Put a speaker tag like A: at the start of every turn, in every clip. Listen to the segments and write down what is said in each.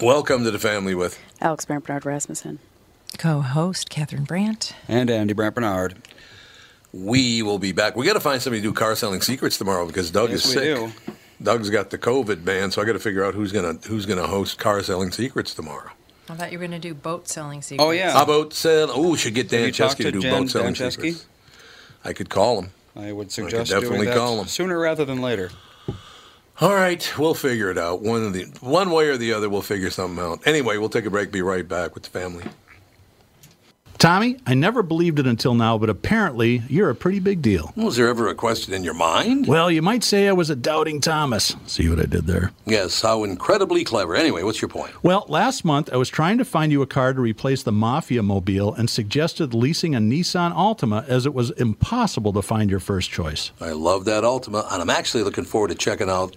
A: Welcome to the family with
B: Alex Bernard Rasmussen.
C: Co host Catherine Brandt.
D: And Andy Brant Bernard.
A: We will be back. We got to find somebody to do car selling secrets tomorrow because Doug
D: Yes,
A: is
D: we
A: sick.
D: do.
A: Doug's got the COVID ban, so I got to figure out who's gonna who's gonna host car selling secrets tomorrow.
C: I thought you were going to do boat selling secrets.
D: Oh, yeah.
A: How about sell? Oh, we should get
D: Have
A: Dan
D: you talked
A: Chesky
D: to
A: to do
D: Jen
A: boat selling
D: Dancheski?
A: secrets. I could call him.
D: I would suggest
A: definitely
D: doing that
A: call 'em.
D: sooner rather than later.
A: All right, we'll figure it out. One of the one way or the other, we'll figure something out. Anyway, we'll take a break. Be right back with the family.
E: Tommy, I never believed it until now, but apparently you're a pretty big deal.
A: Was there ever a question in your mind?
E: Well, you might say I was a doubting Thomas. See what I did there?
A: Yes, how incredibly clever. Anyway, what's your point?
E: Well, last month I was trying to find you a car to replace the Mafia Mobile and suggested leasing a Nissan Altima as it was impossible to find your first choice.
A: I love that Altima, and I'm actually looking forward to checking out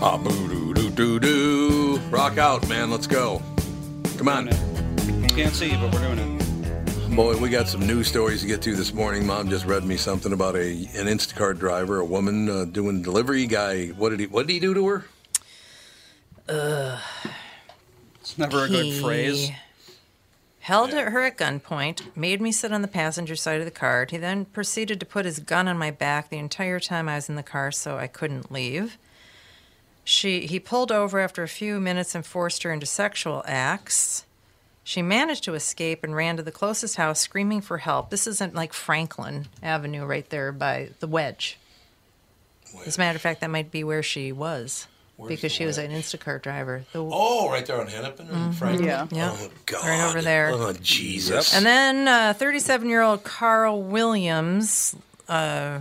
A: Ah, boo doo doo doo doo. Rock out, man. Let's go. Come on.
D: You can't see, but we're doing it.
A: Boy, we got some news stories to get to this morning. Mom just read me something about a an Instacart driver, a woman uh, doing delivery guy. What did he What did he do to her?
D: It's never a good phrase.
C: He Held her at gunpoint, made me sit on the passenger side of the car. He then proceeded to put his gun on my back the entire time I was in the car, so I couldn't leave. She he pulled over after a few minutes and forced her into sexual acts. She managed to escape and ran to the closest house screaming for help. This isn't like Franklin Avenue right there by the wedge. As a matter of fact, that might be where she was because she was an Instacart driver. The-
A: Oh, right there on Hennepin and Franklin.
B: Yeah.
C: Yeah.
A: Oh God.
C: Right over there.
A: Oh Jesus.
C: And then 37 year old Carl Williams uh,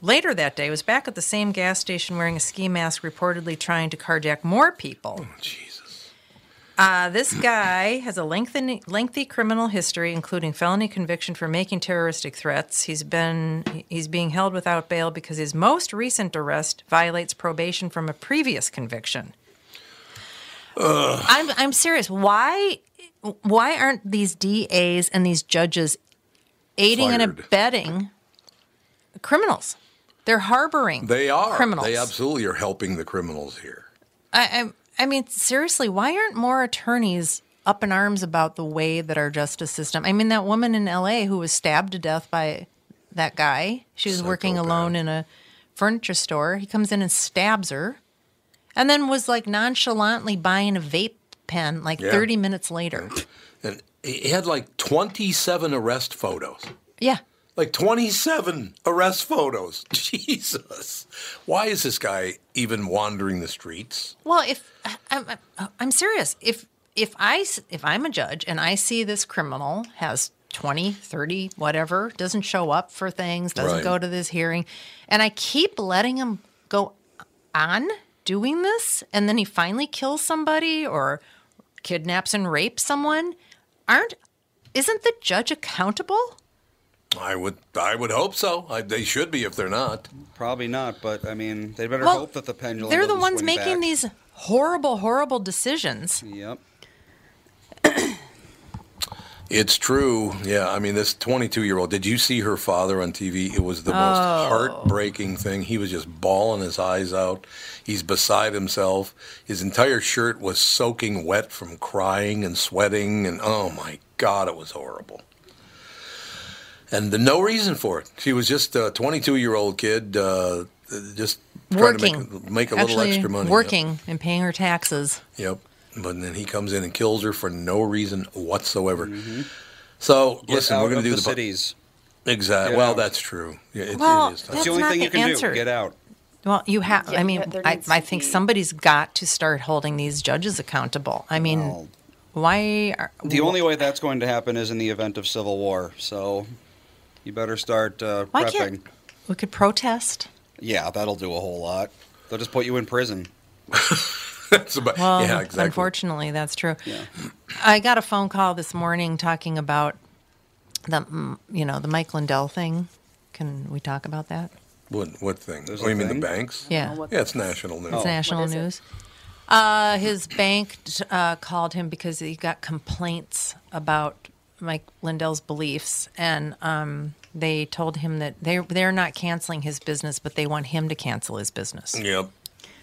C: later that day was back at the same gas station wearing a ski mask, reportedly trying to carjack more people.
A: Oh, Jesus.
C: Uh, this guy has a lengthy, lengthy criminal history, including felony conviction for making terroristic threats. He's been he's being held without bail because his most recent arrest violates probation from a previous conviction. I'm I'm serious. Why why aren't these DAs and these judges aiding and
A: Fired.
C: abetting criminals? They're harboring
A: They are
C: criminals.
A: They absolutely are helping the criminals here.
C: I, I, I mean, seriously, why aren't more attorneys up in arms about the way that our justice system? I mean, that woman in L.A. who was stabbed to death by that guy. She was working
A: Psychopath.
C: alone in a furniture store. He comes in and stabs her, and then was like nonchalantly buying a vape pen like
A: Yeah.
C: 30 minutes later.
A: And he had like 27 arrest photos.
C: yeah.
A: Like 27 arrest photos. Jesus. Why is this guy even wandering the streets?
C: Well, if I'm, I'm- I'm serious, if if I s- if I'm a judge and I see this criminal has 20, 30, whatever, doesn't show up for things, doesn't
A: Right.
C: go to this hearing, and I keep letting him go on doing this and then he finally kills somebody or kidnaps and rapes someone, aren't isn't the judge accountable?
A: I would I would hope so. I, they should be if they're not.
D: Probably not, but I mean, they better hope that the pendulum.
C: They're the
D: doesn't
C: ones
D: swing
C: making
D: back.
C: these horrible, horrible decisions.
D: Yep.
A: It's true. Yeah, I mean, this 22 year old. Did you see her father on TV? It was the most
C: Oh.
A: heartbreaking thing. He was just bawling his eyes out. He's beside himself. His entire shirt was soaking wet from crying and sweating, and oh my god, it was horrible. And the, no reason for it. She was just a 22 year old kid, uh, just trying to
C: Working.
A: make, make a little
C: Actually,
A: extra money. Yep.
C: working and paying her taxes.
A: Yep. But then he comes in and kills her for no reason whatsoever. So
D: Mm-hmm. Get
A: listen, we're
D: out
A: going
D: of
A: to
D: the,
A: do the po-
D: cities.
A: Exactly.
D: Get
A: Well,
D: out.
A: that's true. Yeah, it,
C: Well,
A: it is tough.
D: It's
C: That's
D: the only
C: not
D: thing
C: the
D: you can
C: answer.
D: do. Get out.
C: Well, you have.
B: Yeah,
C: I mean,
B: there
C: I,
B: needs
C: I
B: to
C: think
B: be-
C: somebody's got to start holding these judges accountable. I mean,
D: Well,
C: why? Are,
D: The only way that's going to happen is in the event of civil war. So you better start uh,
C: why
D: prepping.
C: can't we could protest?
D: Yeah, that'll do a whole lot. They'll just put you in prison.
A: That's about-
C: Well,
A: yeah, exactly.
C: unfortunately, that's true.
D: Yeah.
C: I got a phone call this morning talking about the, mm, you know, the Mike Lindell thing. Can we talk about that?
A: What, what thing?
D: There's
A: oh, you
D: a
A: mean
D: thing?
A: the banks?
C: Yeah.
B: what-
A: Yeah, it's national news.
D: Oh.
C: It's national
B: is it?
C: news. Uh, his bank t- uh, called him because he got complaints about Mike Lindell's beliefs, and um, they told him that they they're not canceling his business, but they want him to cancel his business.
A: Yep.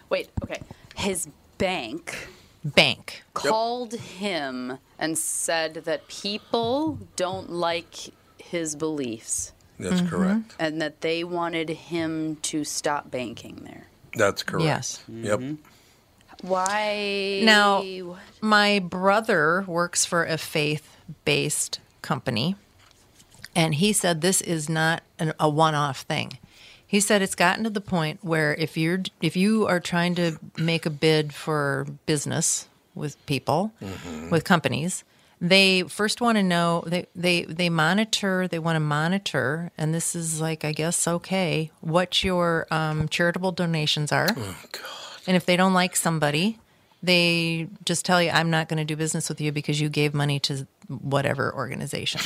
B: Wait, okay. His bank
C: Bank.
B: called him and said that people don't like his beliefs
A: That's
C: Mm-hmm.
A: correct.
B: and that they wanted him to stop banking there.
A: That's correct.
C: Yes.
A: Yep.
D: Mm-hmm.
B: Why?
C: Now, my brother works for a faith based company, and he said this is not an, a one off thing. He said it's gotten to the point where if you're if you are trying to make a bid for business with people, with companies, they first want to know they they they monitor they want to monitor, and this is like I guess okay what your um, charitable donations are. And if they don't like somebody, they just tell you, I'm not going to do business with you because you gave money to whatever organization.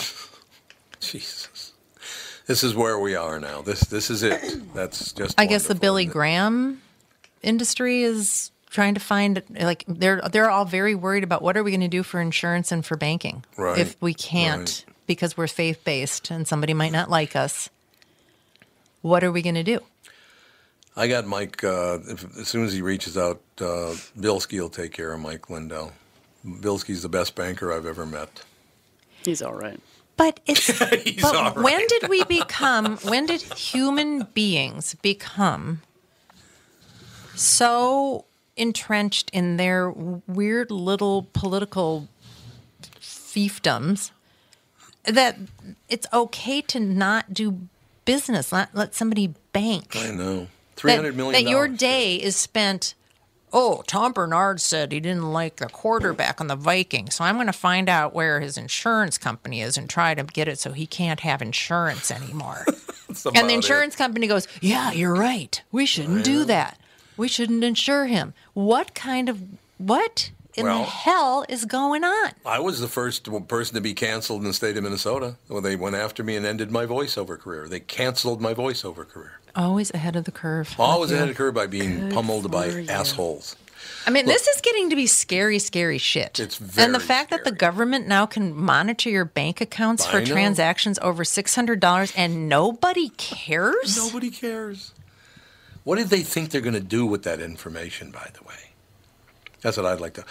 A: Jesus. This is where we are now. This this is it. That's just.
C: I guess the
A: wonderful,
C: Billy
A: isn't it?
C: Graham industry is trying to find like they're they're all very worried about what are we going to do for insurance and for banking
A: Right,
C: if we can't because we're faith based and somebody might not like us. What are we going to do?
A: I got Mike. Uh, if, as soon as he reaches out, uh, Bilski will take care of Mike Lindell. Bilski's the best banker I've ever met.
B: He's all right.
C: But it's but
A: all right.
C: when did we become when did human beings become so entrenched in their weird little political fiefdoms that it's okay to not do business, not let somebody bank.
A: I know. Three
C: That,
A: hundred million.
C: that your
A: dollars.
C: day is spent Oh, Tom Bernard said he didn't like the quarterback on the Vikings, so I'm going to find out where his insurance company is and try to get it so he can't have insurance anymore.
A: That's
C: and
A: about
C: the
A: it.
C: insurance company goes, "Yeah, you're right. We shouldn't do that. We shouldn't insure him." What kind of what in
A: Well-
C: the hell is going on?
A: I was the first person to be canceled in the state of Minnesota. Well, they went after me and ended my voiceover career. They canceled my voiceover career.
C: Always ahead of the curve.
A: Always ahead of the curve by being pummeled by
B: for you.
A: assholes.
C: I mean, this is getting to be scary, scary shit.
A: It's
C: and the
A: very
C: fact that the
A: scary.
C: government now can monitor your bank accounts
A: I
C: for
A: know.
C: transactions over six hundred dollars and nobody cares.
A: Nobody cares. What did they think they're going to do with that information, by the way? That's what I'd like to.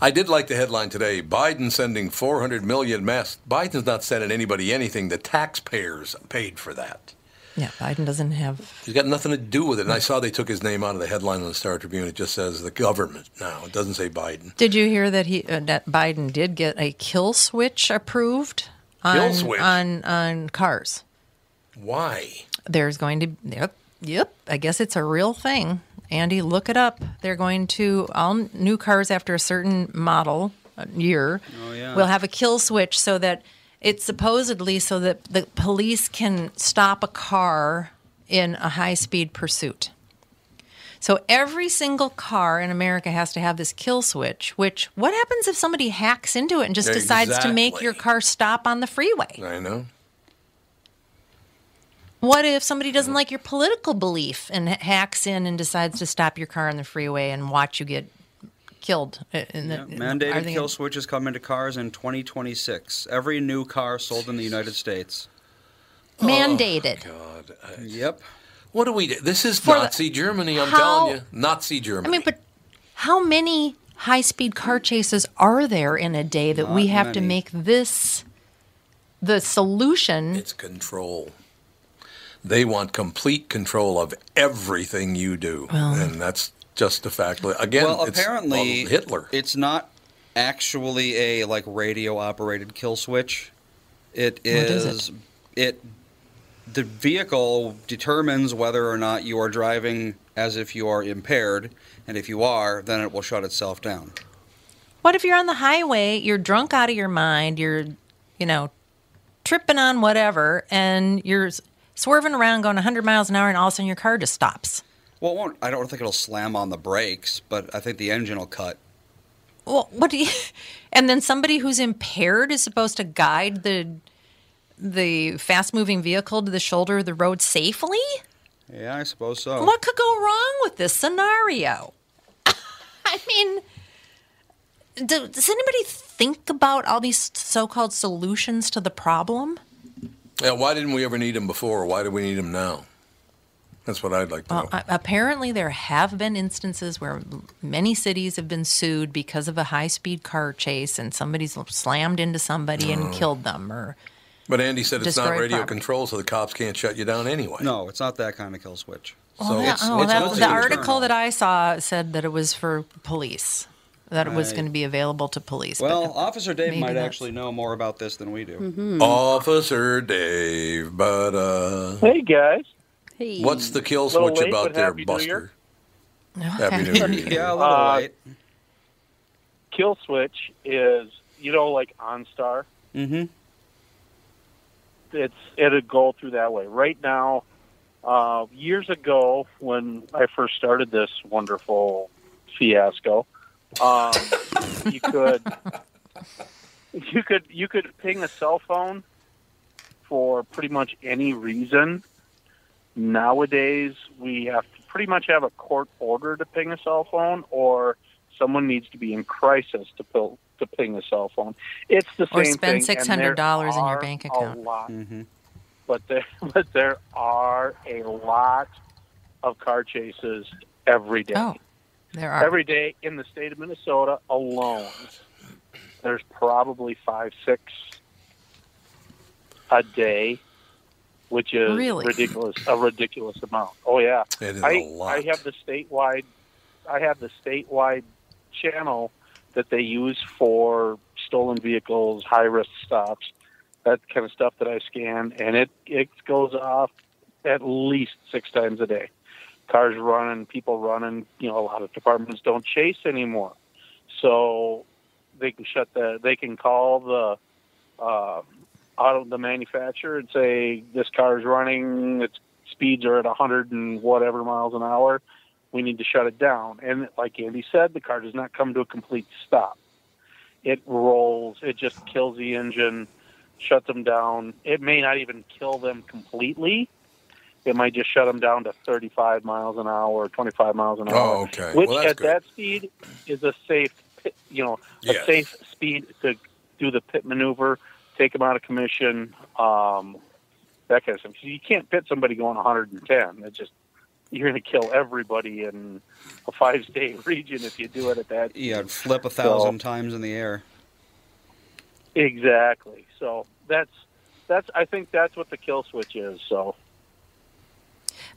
A: I did like the headline today Biden sending 400 million masks. Biden's not sending anybody anything. The taxpayers paid for that.
C: Yeah, Biden doesn't have.
A: He's got nothing to do with it. And I saw they took his name out of the headline on the Star Tribune. It just says the government now. It doesn't say Biden.
C: Did you hear that he uh, that Biden did get a kill switch approved on
A: Kill switch?
C: on on cars?
A: Why?
C: There's going to yep yep. I guess it's a real thing. Andy, look it up. They're going to all new cars after a certain model uh, year
D: Oh, yeah.
C: will have a kill switch so that it's supposedly so that the police can stop a car in a high speed pursuit. So every single car in America has to have this kill switch, which what happens if somebody hacks into it and just decides to make
A: Exactly.
C: your car stop on the freeway?
A: I know.
C: What if somebody doesn't like your political belief and h- hacks in and decides to stop your car on the freeway and watch you get killed? uh, in the-
D: Yeah,
C: are
D: mandated
C: they-
D: kill switches come into cars in 2026. Every new car sold in the United States.
C: Oh, Mandated.
A: God, I-
D: Yep.
A: what do we? do? This is
C: the-
A: Nazi Germany. I'm
C: How-
A: telling you, Nazi Germany.
C: I mean, but how many high speed car chases are there in a day that we
D: Not
C: have to
D: many.
C: make this the solution?
A: it's control. They want complete control of everything you do, and that's just a fact. Again,
D: Well,
A: it's
D: apparently
A: Adolf Hitler.
D: It's not actually a like radio operated kill switch. It
C: is
D: is, it? the vehicle determines whether or not you are driving as if you are impaired, and if you are, then it will shut itself down.
C: What if you're on the highway, you're drunk out of your mind, you're, you know, tripping on whatever, and you're s- swerving around going 100 miles an hour, and all of a sudden your car just stops?
D: Well, it won't, I don't think it'll slam on the brakes, but I think the engine will cut.
C: Well, what do you? And then somebody who's impaired is supposed to guide the the fast moving vehicle to the shoulder of the road safely.
D: Yeah, I suppose so.
C: What could go wrong with this scenario? I mean, do, does anybody think about all these so called solutions to the problem?
A: Yeah, why didn't we ever need him before? Why do we need him now? That's what I'd like to know.
C: Uh, apparently, there have been instances where many cities have been sued because of a high speed car chase and somebody's slammed into somebody and killed them. Or
A: but Andy said it's not
C: destroy
A: radio
C: property.
A: control, so the cops can't shut you down anyway.
D: No, it's not that kind of kill switch.
A: So it's,
C: oh,
A: it's
C: that-
A: Nazi
C: the
A: Germany.
C: article that I saw said that it was for police, that it was
D: Right.
C: going to be available to police. but
D: Well, Officer Dave
C: maybe Mm-hmm.
D: might
C: that's-
D: actually know more about this than we do.
C: Hmm.
A: Officer Dave, but uh,
F: Hey guys.
B: Hey.
A: what's the kill
F: Little
A: switch
F: late,
A: about
F: but
A: there,
F: Happy New
A: Buster?
F: Year.
A: Happy New Year. to you.
D: Yeah, a little
F: Uh,
D: late.
F: Kill switch is you know like OnStar.
D: Mm-hmm.
F: It's it'd go through that way. Right now, uh, years ago when I first started this wonderful fiasco, um, you could you could you could ping a cell phone for pretty much any reason. Nowadays, we have to pretty much have a court order to ping a cell phone, or someone needs to be in crisis to pill, to ping a cell phone. It's the
C: Or
F: same
C: spend
F: thing, and there
C: $600 in your
F: are
C: bank
F: a
C: account.
F: lot
D: Mm-hmm.
F: but there but there are a lot of car chases every day.
C: Oh, there are.
F: Every day in the state of Minnesota alone, there's probably five, six a day, which is
C: Really?
F: ridiculous. A ridiculous amount. Oh yeah,
A: It is a
F: I
A: lot.
F: I have the statewide, I have the statewide channel that they use for stolen vehicles, high risk stops, that kind of stuff that I scan, and it it goes off at least six times a day. Cars running, people running. You know, a lot of departments don't chase anymore, so they can shut the. They can call the uh, auto the manufacturer and say this car is running. Its speeds are at 100 and whatever miles an hour. We need to shut it down. And like Andy said, the car does not come to a complete stop. It rolls. It just kills the engine, shuts them down. It may not even kill them completely. It might just shut them down to 35 miles an hour, 25 miles an hour.
A: Oh, okay.
F: Which
A: Well, that's
F: at
A: good.
F: that speed is a safe, pit- you know, a
A: Yes.
F: safe speed to do the pit maneuver, take them out of commission, um, that kind of stuff. 'Cause You can't pit somebody going 110. It just you're going to kill everybody in a five-state region if you do it at that.
D: Yeah, it'd flip a thousand times in the air.
F: Exactly. So that's that's I think that's what the kill switch is. So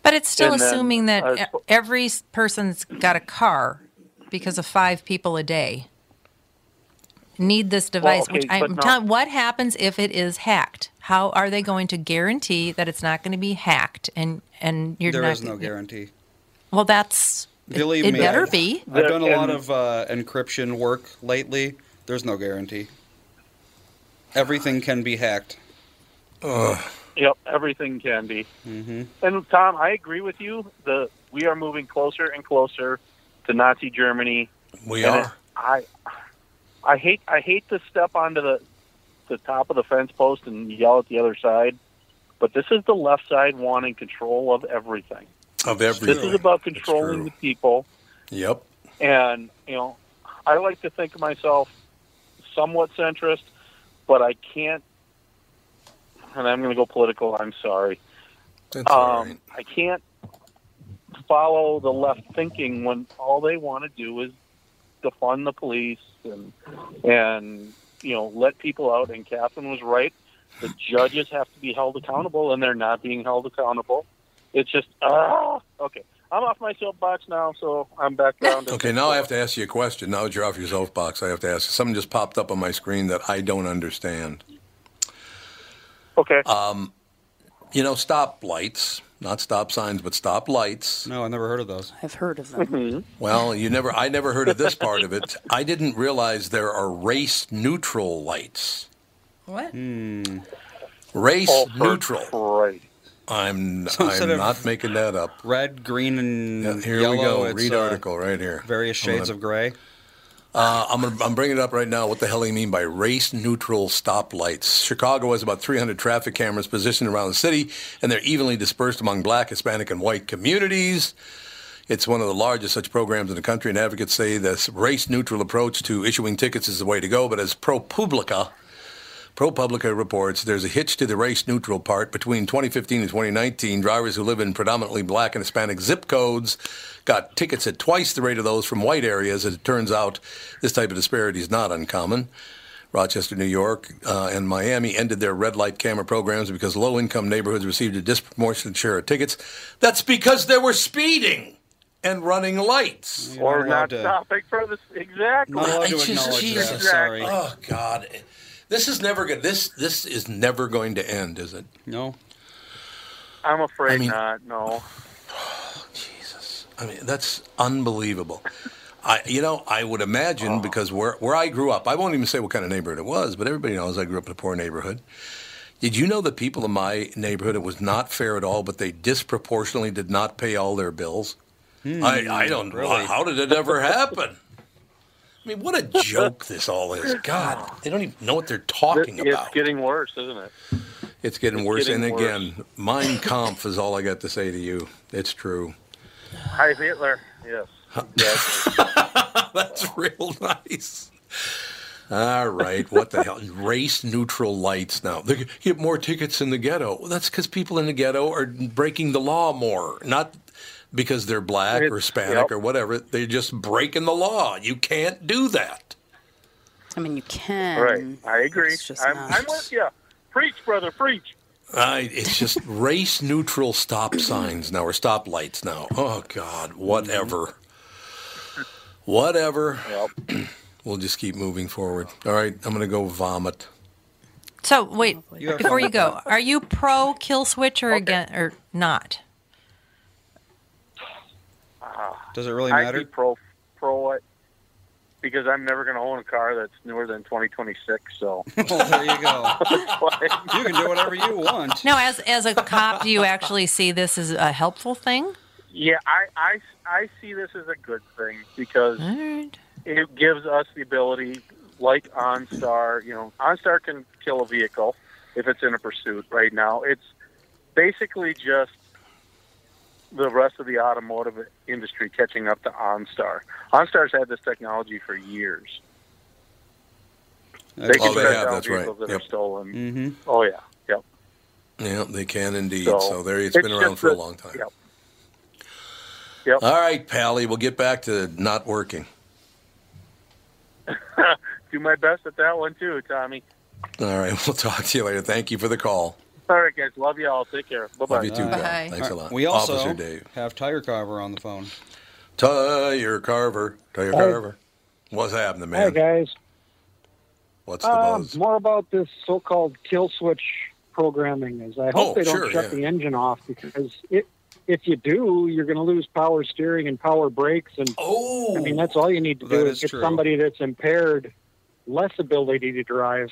C: But it's still
F: And then,
C: assuming that
F: uh,
C: e- every s- person's got a car because of five people a day need this device.
F: okay,
C: which
F: but
C: I'm
F: not-
C: telling, what happens if it is hacked? How are they going to guarantee that it's not going to be hacked? And and you're
D: There
C: not.
D: is no guarantee.
C: Well, that's it-
D: Believe
C: it
D: me,
C: better
D: I've-
C: be.
D: I've done a lot
F: And-
D: of uh, encryption work lately. There's no guarantee. Everything can be hacked.
F: Yep, everything can be.
D: Mm-hmm.
F: And Tom, I agree with you. The we are moving closer and closer to Nazi Germany.
A: We
F: And it-
A: are.
F: I, I hate I hate to step onto the the top of the fence post and yell at the other side, but this is the left side wanting control of everything.
A: Of
F: This
A: everything.
F: is about
A: It's
F: controlling the
A: true.
F: people.
A: Yep.
F: And, you know, I like to think of myself somewhat centrist, but I can't, and I'm going to go political, I'm sorry.
A: That's all right.
F: Um, I can't follow the left thinking when all they want to do is defund the police and, and, you know, let people out. And Catherine was right. The judges have to be held accountable, and they're not being held accountable. It's just, ah, okay. I'm off my soapbox now, so I'm back down to.
A: Okay, now I have to ask you a question. Now that you're off your soapbox, I have to ask. Something just popped up on my screen that I don't understand.
F: Okay.
A: You know, stop lights, not stop signs, but stop lights.
D: No, I never heard of those.
B: I've heard of them.
F: Mm-hmm.
A: Well, you never. I never heard of this part of it. I didn't realize there are race-neutral lights.
C: What?
A: Race
F: Oh, for
A: neutral.
F: Christ.
A: I'm.
D: So
A: I'm
D: instead of-
A: not making that up.
D: Red, green, and
A: Yeah, here
D: yellow.
A: we go.
D: it's,
A: Read
D: uh,
A: article right here.
D: Various
A: I'm gonna-
D: shades of gray.
A: Uh, I'm, gonna, I'm bringing it up right now. What the hell do you mean by race neutral stoplights? Chicago has about 300 traffic cameras positioned around the city, and they're evenly dispersed among black, Hispanic, and white communities. It's one of the largest such programs in the country, and advocates say this race neutral approach to issuing tickets is the way to go. But as ProPublica, ProPublica reports there's a hitch to the race neutral part. Between 2015 and 2019, drivers who live in predominantly black and Hispanic zip codes got tickets at twice the rate of those from white areas. As it turns out, this type of disparity is not uncommon. Rochester, New York, uh, and Miami ended their red light camera programs because low income neighborhoods received a disproportionate share of tickets. That's because they were speeding and running lights.
D: You're
F: or
D: allowed
F: not
D: to-
F: stopping for this. Exactly.
D: Not allowed to
A: Jesus,
D: acknowledge that.
A: Jesus.
D: Sorry.
A: Oh God, this is never good. This this is never going to end, is it?
D: No.
F: I'm afraid
A: I mean-
F: not. No.
A: I mean, that's unbelievable. I, you know, I would imagine
F: Oh.
A: because where where I grew up, I won't even say what kind of neighborhood it was, but everybody knows I grew up in a poor neighborhood. Did you know the people in my neighborhood? It was not fair at all, but they disproportionately did not pay all their bills.
F: Hmm,
A: I, I don't know
D: really?
A: how did it ever happen. I mean, what a joke this all is. God, they don't even know what they're talking
F: It- it's
A: about.
F: getting worse, isn't it?
A: It's getting
F: It's
A: worse.
F: getting
A: and
F: worse.
A: again, Mein Kampf is all I got to say to you. It's true.
F: Hi, Hitler. Yes. Exactly.
A: That's real nice. All right, what the hell? Race neutral lights now. They get more tickets in the ghetto. Well, that's because people in the ghetto are breaking the law more, not because they're black or
F: It's-
A: Hispanic
F: yep.
A: or whatever. They're just breaking the law. You can't do that.
B: I mean, you can.
F: right. I agree.
B: It's just
F: I'm,
B: not.
F: I'm with you. Preach, brother. Preach.
A: I, it's just race neutral stop signs now or stop lights now. Oh God, whatever. Whatever.
F: Yep.
A: We'll just keep moving forward. All right, I'm gonna go vomit.
C: So wait,
D: You have
C: before
D: fun.
C: you go, are you pro kill switch or again or not?
D: Does it really
F: I'd be
D: matter?
F: pro pro it because I'm never going to own a car that's newer than 2026. So
D: well, there you go. you can do whatever you want.
C: No, as as a cop, do you actually see this as a helpful thing?
F: yeah, I, I I see this as a good thing because
C: All right.
F: it gives us the ability, like OnStar, you know, OnStar can kill a vehicle if it's in a pursuit right now. It's basically just the rest of the automotive industry catching up to OnStar. OnStar's had this technology for years. They
A: Oh,
F: can
A: they
F: track
A: have,
F: down
A: that's right.
F: vehicles that
A: Yep.
F: are stolen.
D: Mm-hmm.
F: Oh yeah, yep.
A: Yeah, they can indeed. So,
F: So,
A: there, it's
F: it's
A: been around
F: just
A: for a
F: that-
A: long time.
F: yep. Yep.
A: All right, Pally, we'll get back to not working.
F: Do my best at that one too, Tommy.
A: All right, we'll talk to you later. Thank you for the call.
F: All right, guys. Love you all. Take care. Bye
A: Love
F: bye.
A: you too,
D: Bye.
A: pal. Thanks a
D: All right,
A: lot.
D: We also
A: Officer Dave.
D: have Tire Carver on the phone.
A: Tire Carver. Tire Carver. What's happening,
G: Hi
A: man?
G: guys.
A: What's the
G: Uh,
F: Um,
A: buzz?
G: more about this so-called kill switch programming is. I hope
A: Oh,
G: they don't
A: sure,
G: shut
A: yeah.
G: the engine off because it, if you do, you're going to lose power steering and power brakes, and
A: Oh,
G: I mean that's all you need to
D: That
G: do
D: is
G: is get
D: true.
G: somebody that's impaired, less ability to drive.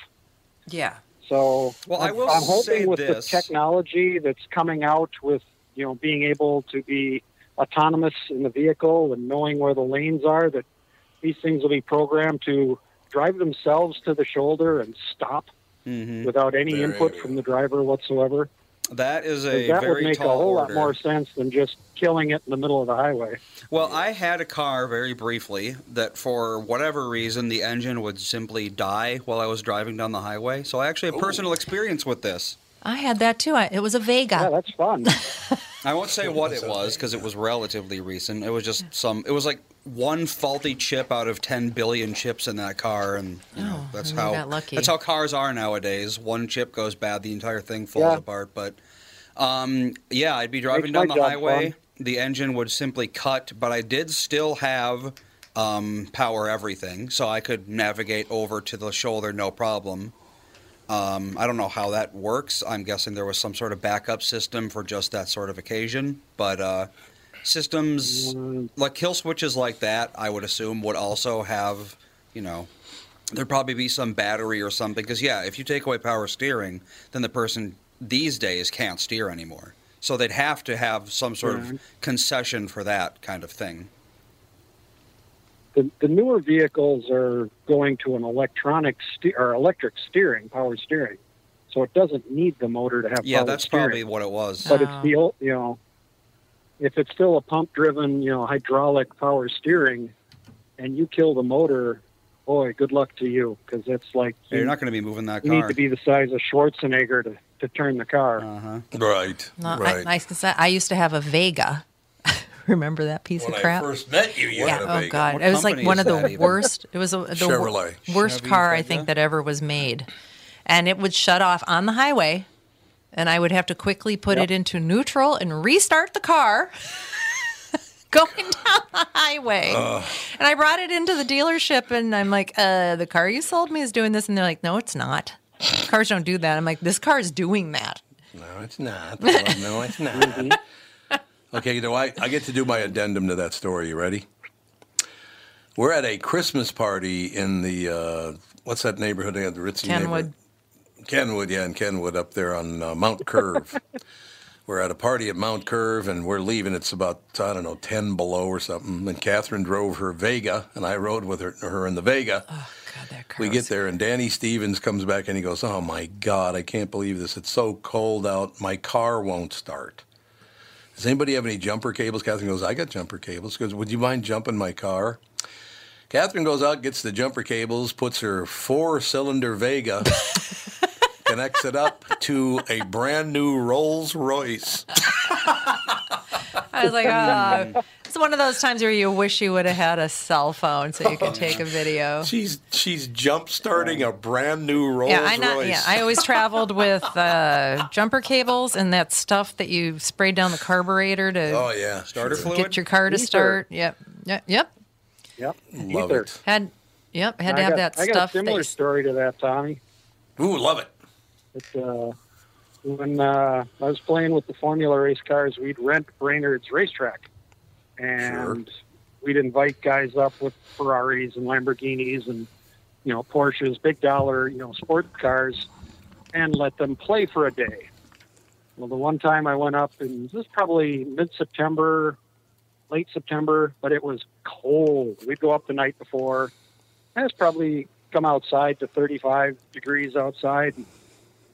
C: Yeah.
G: So
D: Well, I
G: I'm-
D: will
G: I'm
D: say
G: hoping with
D: this.
G: the technology that's coming out with you know being able to be autonomous in the vehicle and knowing where the lanes are that these things will be programmed to drive themselves to the shoulder and stop
D: Mhm.
G: without any
A: There
G: input
A: you go.
G: from the driver whatsoever.
D: That is a
G: that
D: very
G: would make a
D: tall
G: whole
D: order.
G: lot more sense than just killing it in the middle of the highway.
D: Well, I had a car very briefly that, for whatever reason, the engine would simply die while I was driving down the highway. So I actually have personal experience with this.
C: I had that too. I, it was a Vega.
G: Yeah, that's fun.
D: I won't say what it was because it was relatively recent. It was just some. It was like one faulty chip out of ten billion chips in that car, and you know
C: Oh,
D: that's
C: and you
D: how
C: got lucky.
D: that's how cars are nowadays. One chip goes bad, the entire thing falls
G: Yeah.
D: apart. But um, yeah, I'd be driving
G: Makes
D: down
G: my
D: the
G: job
D: highway.
G: fun.
D: The engine would simply cut, but I did still have um, power everything, so I could navigate over to the shoulder no problem. Um, I don't know how that works. I'm guessing there was some sort of backup system for just that sort of occasion. But uh, systems
G: Mm.
D: like kill switches like that, I would assume, would also have, you know, there'd probably be some battery or something. Because, yeah, if you take away power steering, then the person these days can't steer anymore. So they'd have to have some sort
G: Mm.
D: of concession for that kind of thing.
G: the, the newer vehicles are going to an electronic ste- or electric steering, power steering. So it doesn't need the motor to have
D: Yeah,
G: power
D: that's probably
G: steering.
D: what it was.
G: but
C: Oh.
G: it's the old, you know, if it's still a pump driven, you know, hydraulic power steering, and you kill the motor, boy, good luck to you because it's like
D: You're
G: you,
D: not going to be moving that
G: you need
D: car.
G: to be the size of Schwarzenegger to, to turn the car.
D: uh-huh.
A: Right.
C: No,
A: right.
C: I, I, 'cause I- I used to have a Vega. Remember that piece
A: when
C: of
A: I
C: crap?
A: first met you, you had a
C: oh
A: big
C: god,
D: What
C: it was like
D: company
C: one
D: is
C: of the
D: that even?
C: worst. It was a, the wor-
A: Chevrolet.
C: worst
D: Chevy
C: car I
D: Vega?
C: think that ever was made, and it would shut off on the highway, and I would have to quickly put it into neutral and restart the car. Going down the highway, and I brought it into the dealership, and I'm like, uh, "The car you sold me is doing this," and they're like, "No, it's not. Cars don't do that." I'm like, "This car is doing that."
A: No, it's not. No, it's not. okay, you know, I, I get to do my addendum to that story. You ready? We're at a Christmas party in the, uh, what's that neighborhood? The ritzy
C: Kenwood.
A: neighborhood. Kenwood, yeah, in Kenwood up there on uh, Mount Curve. we're at a party at Mount Curve and we're leaving. It's about, I don't know, 10 below or something. And Catherine drove her Vega and I rode with her, her in the Vega.
C: God, that car
A: We
C: was-
A: get there, and Danny Stevens comes back and he goes, Oh my God, I can't believe this. It's so cold out. My car won't start. Does anybody have any jumper cables? Catherine goes, I got jumper cables. She goes, Would you mind jumping my car? Catherine goes out, gets the jumper cables, puts her four cylinder Vega, connects it up to a brand new Rolls Royce.
C: I was like, oh. It's one of those times where you wish you would have had a cell phone so you could take a video.
A: She's she's jump starting a brand new Rolls
C: Yeah, I not,
A: Royce.
C: yeah, I always traveled with uh, jumper cables and that stuff that you sprayed down the carburetor to
A: oh, yeah.
D: Starter
A: sure.
D: fluid?
C: get your car to
G: Ether.
C: start. Yep, yep, yep.
G: Yep.
A: Love
G: Ether.
A: it.
C: Had yep had to
G: I
C: have
G: got,
C: that
G: I got
C: stuff.
G: a similar
C: that you-
G: story to that, Tommy.
A: Ooh, love it.
G: It's uh, when uh, I was playing with the Formula race cars, we'd rent Brainerd's racetrack, and we'd invite guys up with Ferraris and Lamborghinis and you know Porsches, big dollar you know sport cars, and let them play for a day. Well, the one time I went up, and this is probably mid-September, late September, but it was cold. We'd go up the night before. And it's probably come outside to 35 degrees outside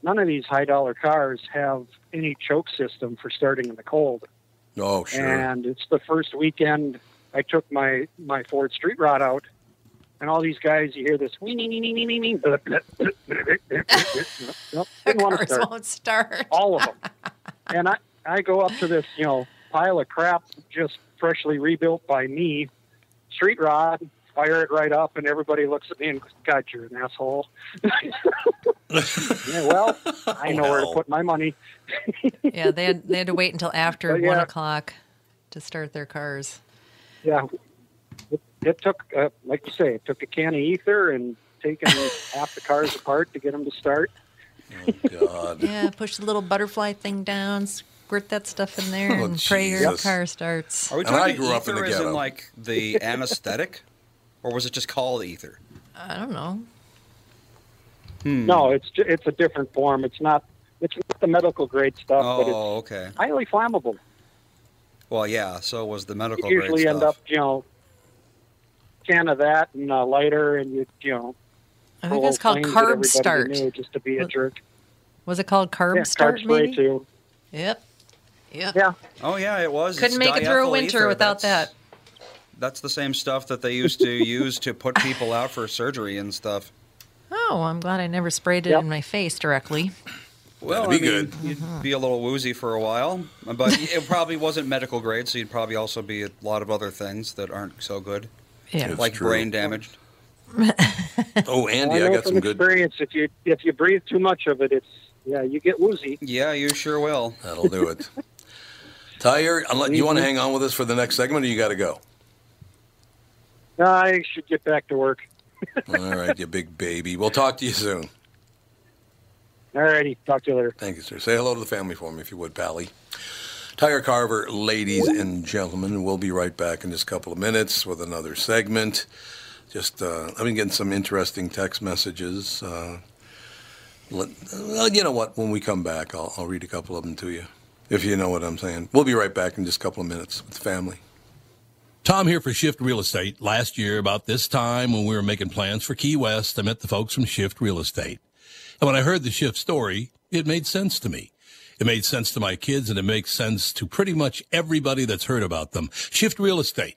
G: none of these high dollar cars have any choke system for starting in the cold.
A: Oh, sure.
G: And it's the first weekend I took my my Ford Street Rod out, and all these guys, you hear this, wee nee nee nee nee nee nee, blip, blip, blip, blip, blip, blip, blip. nope,
C: The
G: didn't want to
C: cars
G: start
C: won't start.
G: all of them. and I, I go up to this, you know, pile of crap just freshly rebuilt by me, street rod, fire it right up, and everybody looks at me and goes, God, you're an asshole. yeah, well, I know where to
A: Well.
G: put my money.
C: Yeah, they had they had to wait until after
G: But
C: one
G: yeah.
C: o'clock to start their cars.
G: Yeah. It, it took, uh, like you say, it took a can of ether and taking half the cars apart to get them to start.
A: God.
C: Yeah, push the little butterfly thing down, squirt that stuff in there,
A: Oh,
C: and pray your
A: Jesus.
C: car starts.
D: Are we
A: And I
D: talking
A: grew up in
D: ether
A: the
D: as in
A: ghetto.
D: like the anesthetic, or was it just called ether?
C: I don't know.
D: Hmm.
G: No, it's ju- it's a different form. It's not it's not the medical grade
A: Uh,
G: stuff, but it's
D: Oh, okay.
G: highly flammable.
D: Well, yeah. So was the
G: You
D: medical grade
G: usually
D: stuff.
G: end up, you know, can of that and a lighter, and you you know.
C: I
G: throw
C: think it's called
G: flames at
C: carb
G: everybody
C: start.
G: you knew Just to be a
C: What-
G: jerk.
C: Was it called carb
G: Yeah,
C: start?
G: carb spray
C: maybe?
G: too.
C: Yep. Yep.
G: Yeah,
D: Oh yeah, it was.
C: Couldn't
D: It's
C: make it through a
D: diethyl
C: winter
D: ether.
C: without
D: That's-
C: that.
D: That's the same stuff that they used to use to put people out for surgery and stuff.
C: Oh, I'm glad I never sprayed it
G: Yep.
C: in my face directly.
D: Well,
A: That'd be
D: I mean, You'd be a little woozy for a while, but it probably wasn't medical grade, so you'd probably also be a lot of other things that aren't so good,
C: Yeah.
A: It's
D: like
A: true.
D: brain damage.
A: Oh, Andy,
G: I know
A: I got
G: from
A: some good.
G: experience. If you if you breathe too much of it, it's yeah, you get woozy.
D: Yeah, you sure will.
A: That'll do it. Tyre, unless you want to hang on with us for the next segment, or you got to go.
G: I should get back to work.
A: All right, you big baby. We'll talk to you soon.
G: Alrighty, talk to you later.
A: Thank you, sir. Say hello to the family for me, if you would, Pally. Tyre Carver, ladies and gentlemen, we'll be right back in just a couple of minutes with another segment. Just, uh, I've been getting some interesting text messages. Uh, let, well, you know what? When we come back, I'll, I'll read a couple of them to you, if you know what I'm saying. We'll be right back in just a couple of minutes with the family.
H: Tom here for Shift Real Estate. Last year, about this time when we were making plans for Key West, I met the folks from Shift Real Estate. And when I heard the Shift story, it made sense to me. It made sense to my kids and it makes sense to pretty much everybody that's heard about them. Shift Real Estate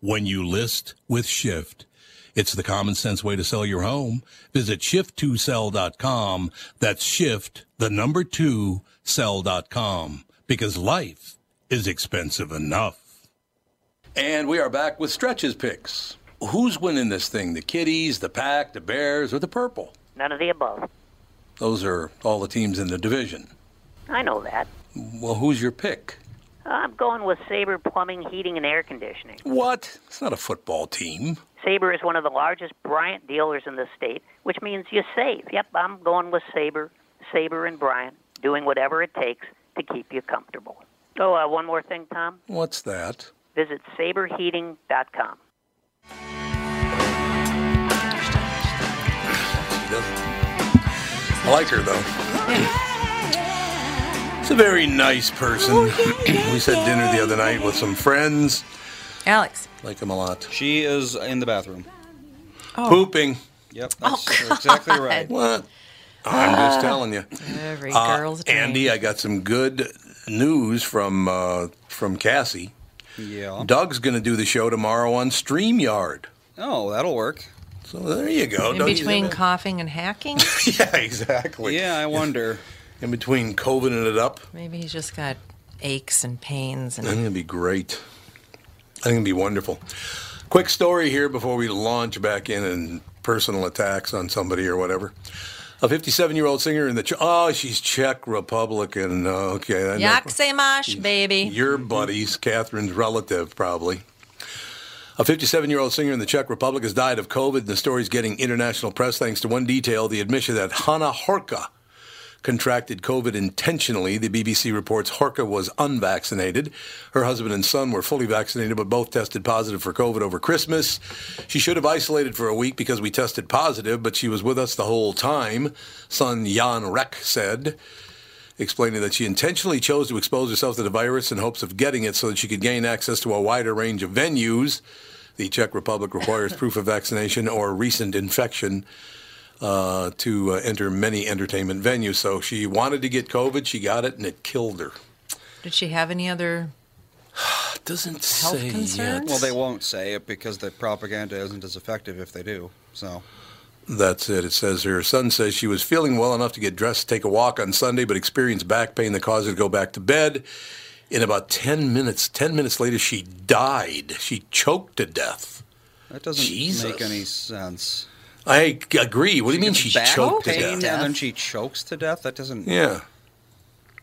H: when you list with Shift. It's the common sense way to sell your home. Visit shift2sell.com. That's shift, the number two, sell.com. Because life is expensive enough.
A: And we are back with stretches picks. Who's winning this thing? The Kitties, the Pack, the Bears, or the Purple?
I: None of the above.
A: Those are all the teams in the division.
I: I know that.
A: Well, who's your pick?
I: I'm going with Sabre Plumbing, Heating, and Air Conditioning.
A: What? It's not a football team.
I: Sabre is one of the largest Bryant dealers in the state, which means you save. Yep, I'm going with Sabre, Sabre and Bryant, doing whatever it takes to keep you comfortable. Oh, uh, one more thing, Tom.
A: What's that?
I: Visit saberheating.com.
A: She doesn't. I like her, though. It's a very nice person. we said dinner the other night with some friends.
C: Alex.
A: Like him a lot.
D: She is in the bathroom.
C: Oh.
A: Pooping.
D: Yep, that's you're exactly right.
A: What? I'm just telling you.
C: Every
A: Uh,
C: Ah. girl's dream.
A: Andy, I got some good news from uh, from Cassie.
D: Yeah.
A: Doug's going to do the show tomorrow on StreamYard.
D: Oh, that'll work.
A: So there you go.
C: in
A: Doug-
C: between coughing and hacking,
A: yeah, exactly.
D: Yeah, I wonder.
A: In between COVID and it up,
C: maybe he's just got aches and pains
A: I think
C: and
A: it'd be great. I think it'd be wonderful. Quick story here before we launch back in and personal attacks on somebody or whatever. A 57 year old singer in the Ch- oh, she's Czech Republican. Okay, I know.
C: Yaksamash, baby.
A: Your buddies, Catherine's relative, probably. A 57 year old singer in the Czech Republic has died of COVID, and the story's getting international press thanks to one detail the admission that Hanna Horka contracted COVID intentionally. The BBC reports Horka was unvaccinated. Her husband and son were fully vaccinated, but both tested positive for COVID over Christmas. She should have isolated for a week because we tested positive, but she was with us the whole time, son Jan Reck said explaining that she intentionally chose to expose herself to the virus in hopes of getting it so that she could gain access to a wider range of venues. The Czech Republic requires proof of vaccination or recent infection uh, to uh, enter many entertainment venues. So she wanted to get COVID, she got it, and it killed her.
C: Did she have any other?
A: It doesn't
C: Health
A: say
C: concerns?
A: yet.
D: Well, they won't say it because the propaganda isn't as effective if they do. So,
A: That's it. It says her son says she was feeling well enough to get dressed, take a walk on Sunday, but experienced back pain that caused her to go back to bed. In about 10 minutes, 10 minutes later, she died. She choked to death.
D: that doesn't
A: Jesus.
D: make any sense.
A: I g- agree. What do you mean
D: gets
A: she
D: back
A: choked to
D: pain
A: death?
D: and then she chokes to death. That doesn't.
A: Yeah,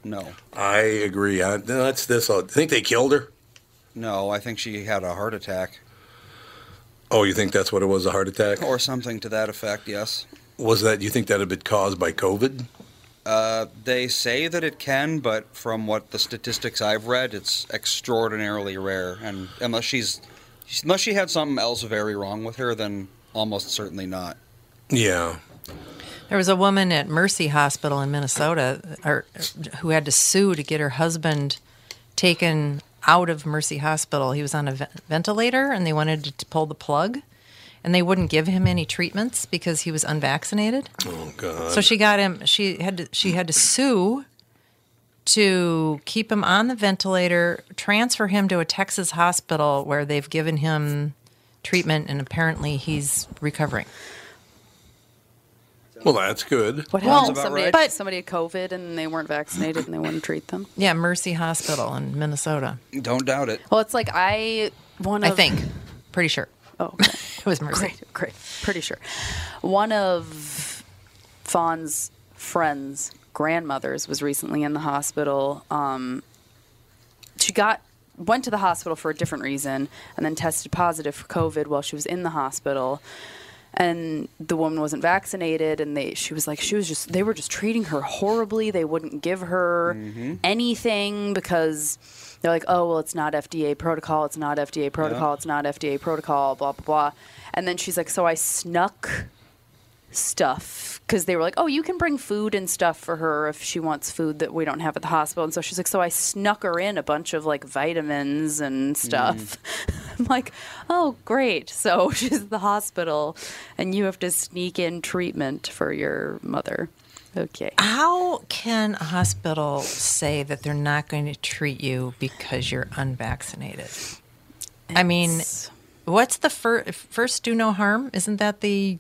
D: No.
A: I agree. I, that's this. I think they killed her.
D: No, I think she had a heart attack
A: Oh, you think that's what it was? A heart attack?
D: or something to that effect. Yes.
A: Was that? You think that had been caused by COVID?
D: Uh, they say that it can, but from what the statistics I've read, it's extraordinarily rare. And unless she's, unless she had something else very wrong with her, then almost certainly not.
A: Yeah.
C: There was a woman at Mercy Hospital in Minnesota or, who had to sue to get her husband taken out of Mercy Hospital. He was on a ve- ventilator and they wanted to pull the plug and they wouldn't give him any treatments because he was unvaccinated.
A: Oh God.
C: So she got him she had to she had to sue to keep him on the ventilator, transfer him to a Texas hospital where they've given him treatment and apparently he's recovering.
A: Well, that's good.
B: What
C: Well,
B: happened?
D: about
B: somebody,
D: right.
B: had, somebody had COVID and they weren't vaccinated and they wouldn't treat them.
C: Yeah, Mercy Hospital in Minnesota.
D: Don't doubt it.
B: Well, it's like I one
C: I
B: of
C: think. Pretty sure.
B: Oh, okay.
C: It was Mercy.
B: great, great. Pretty sure. One of Fawn's friends' grandmothers was recently in the hospital. Um, she got went to the hospital for a different reason and then tested positive for COVID while she was in the hospital. And the woman wasn't vaccinated, and they she was like she was just they were just treating her horribly. They wouldn't give her anything because they're like, oh well, it's not FDA protocol. It's not FDA protocol. It's not FDA protocol. Blah blah blah. And then she's like, so I snuck stuff because they were like, "Oh, you can bring food and stuff for her if she wants food that we don't have at the hospital." And so she's like, "So I snuck her in a bunch of like vitamins and stuff." I'm like, "Oh, great!" So she's at the hospital, and you have to sneak in treatment for your mother. Okay.
C: Ah, How can a hospital say that they're not going to treat you because you're unvaccinated? I mean, what's the first first do no harm? Isn't that the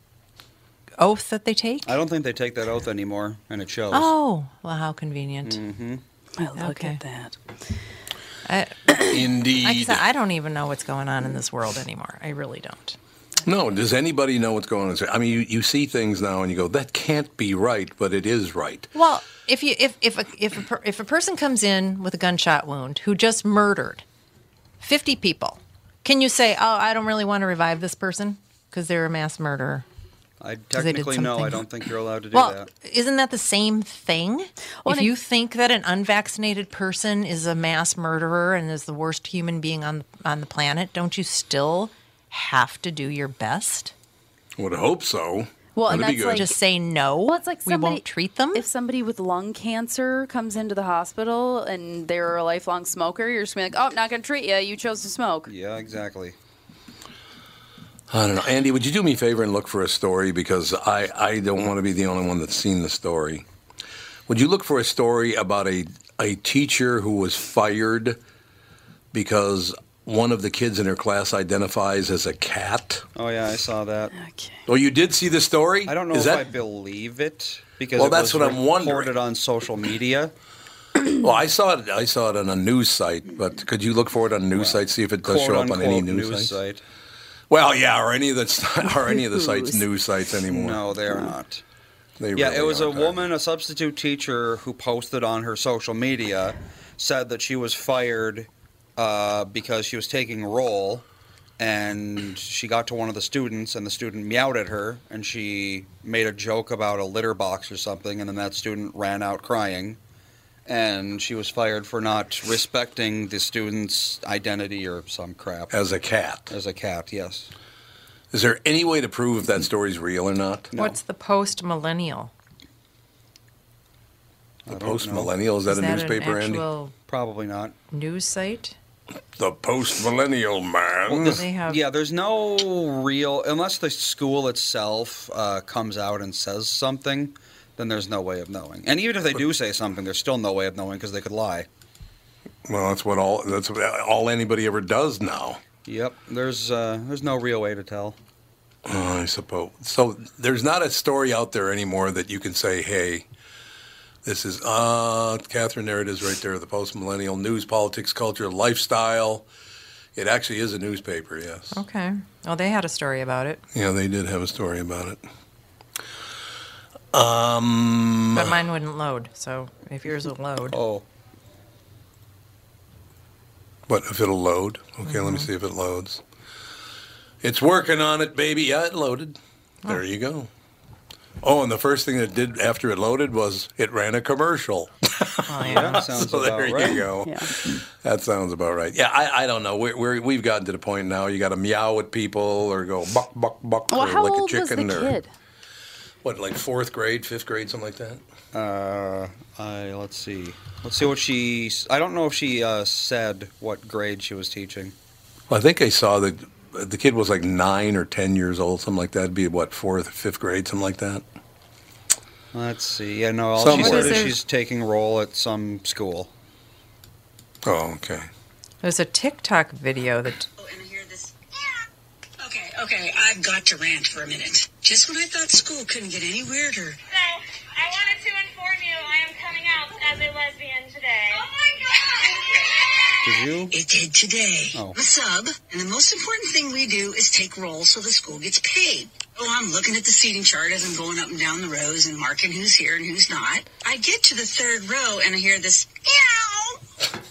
C: oath that they take?
D: I don't think they take that oath anymore, and it shows.
C: Oh, well, how convenient.
B: Well, look at
C: Okay.
B: that.
C: I,
A: Indeed.
C: like I said, I don't even know what's going on in this world anymore. I really don't.
A: No, does anybody know what's going on? I mean, you, you see things now and you go, that can't be right, but it is right.
C: Well, if you if if a, if a, per- if a person comes in with a gunshot wound who just murdered fifty people, can you say, "Oh, I don't really want to revive this person because they're a mass murderer"?
D: I
C: they did
D: technically no. I
C: something-
D: don't think you're allowed to do
C: Well,
D: that.
C: isn't that the same thing?
B: Well,
C: if
B: and
C: you
B: it-
C: think that an unvaccinated person is a mass murderer and is the worst human being on on the planet, don't you still have to do your best?
A: Would hope so.
B: Well,
A: That'd
B: and
A: be
B: that's
A: good.
B: like-
C: Just say no.
B: Well, it's like
C: we
B: somebody,
C: won't treat them.
B: If somebody with lung cancer comes into the hospital and they're a lifelong smoker, you're just gonna be like, "Oh, not gonna treat you. You chose to smoke."
D: Yeah, exactly.
A: I don't know. Andy, would you do me a favor and look for a story? Because I, I don't want to be the only one that's seen the story. Would you look for a story about a, a teacher who was fired because one of the kids in her class identifies as a cat?
D: Oh yeah, I saw that.
B: Okay.
A: Oh, you did see the story?
D: I don't know
A: Is
D: if
A: that,
D: I believe it because
A: Well,
D: it
A: that's
D: was
A: what I'm wondering.
D: reported on social media.
A: Well, I saw it. I saw it on a news site. But could you look for it on a news site? See if it does show up on any
D: quote-unquote
A: news, sites?
D: site.
A: Well, yeah, or any of the or any of the sites news sites anymore.
D: No, they are not.
A: They
D: Yeah,
A: really
D: it was a
A: aren't, are they?
D: woman, a substitute teacher, who posted on her social media, said that she was fired uh, because she was taking roll, and she got to one of the students, and the student meowed at her, and she made a joke about a litter box or something, and then that student ran out crying, and she was fired for not respecting the student's identity or some crap.
A: as a cat.
D: As a cat, yes.
A: Is there any way to prove if that story's real or not?
C: What's the post millennial?
A: The
D: don't know.
A: Post Millennial is that a newspaper,
C: an
A: Andy?
C: actual
D: Probably not.
C: news site?
A: The Post Millennial man.
C: They have
D: Yeah, there's no real unless the school itself uh, comes out and says something, then there's no way of knowing. And even if they do say something, there's still no way of knowing because they could lie.
A: Well, that's what all that's what all anybody ever does now.
D: Yep, there's uh, there's no real way to tell.
A: Oh, I suppose. So there's not a story out there anymore that you can say, hey, this is, uh, Catherine, there it is right there, the post millennial news, politics, culture, lifestyle. It actually is a newspaper, yes.
C: Okay. Well, they had a story about it,
A: Yeah, they did have a story about it. Um,
C: but mine wouldn't load. So if yours will load,
D: Oh,
A: What if it'll load? Okay,
B: Mm-hmm.
A: let me see if it loads. It's working on it, baby. Yeah, it loaded. There you go. Oh, and the first thing it did after it loaded was it ran a commercial.
C: oh, yeah.
D: yeah, sounds
A: so
D: about
A: there
D: right.
A: you go.
B: Yeah.
A: That sounds about right. Yeah, I, I don't know. We're, we're, we've gotten to the point now. You got to meow at people or go buck buck buck
B: Well,
A: or
B: how
A: like
B: old
A: a
B: was the
A: chicken or
B: kid?
A: what, like fourth grade, fifth grade, something like that.
D: Uh, I let's see. Let's see what she. s- I don't know if she uh, said what grade she was teaching.
A: Well, I think I saw that the kid was like nine or ten years old, something like that. It'd be what fourth, or fifth grade, something like that.
D: Let's see. Yeah, no. All she
A: Somewhere.
D: said
C: What
D: is
C: is it?
D: she's taking role at some school.
A: Oh, okay.
C: There's a TikTok video that
J: Oh, and I hear this. Okay, okay, I've got to rant for a minute. Just when I thought school couldn't get any weirder.
K: So, I wanted to inform you I am coming out as a lesbian today. Oh my god!
D: Did you?
J: It did today.
D: Oh.
J: I'm a sub, and the most important thing we do is take roll so the school gets paid. Oh, I'm looking at the seating chart as I'm going up and down the rows and marking who's here and who's not. I get to the third row and I hear this meow.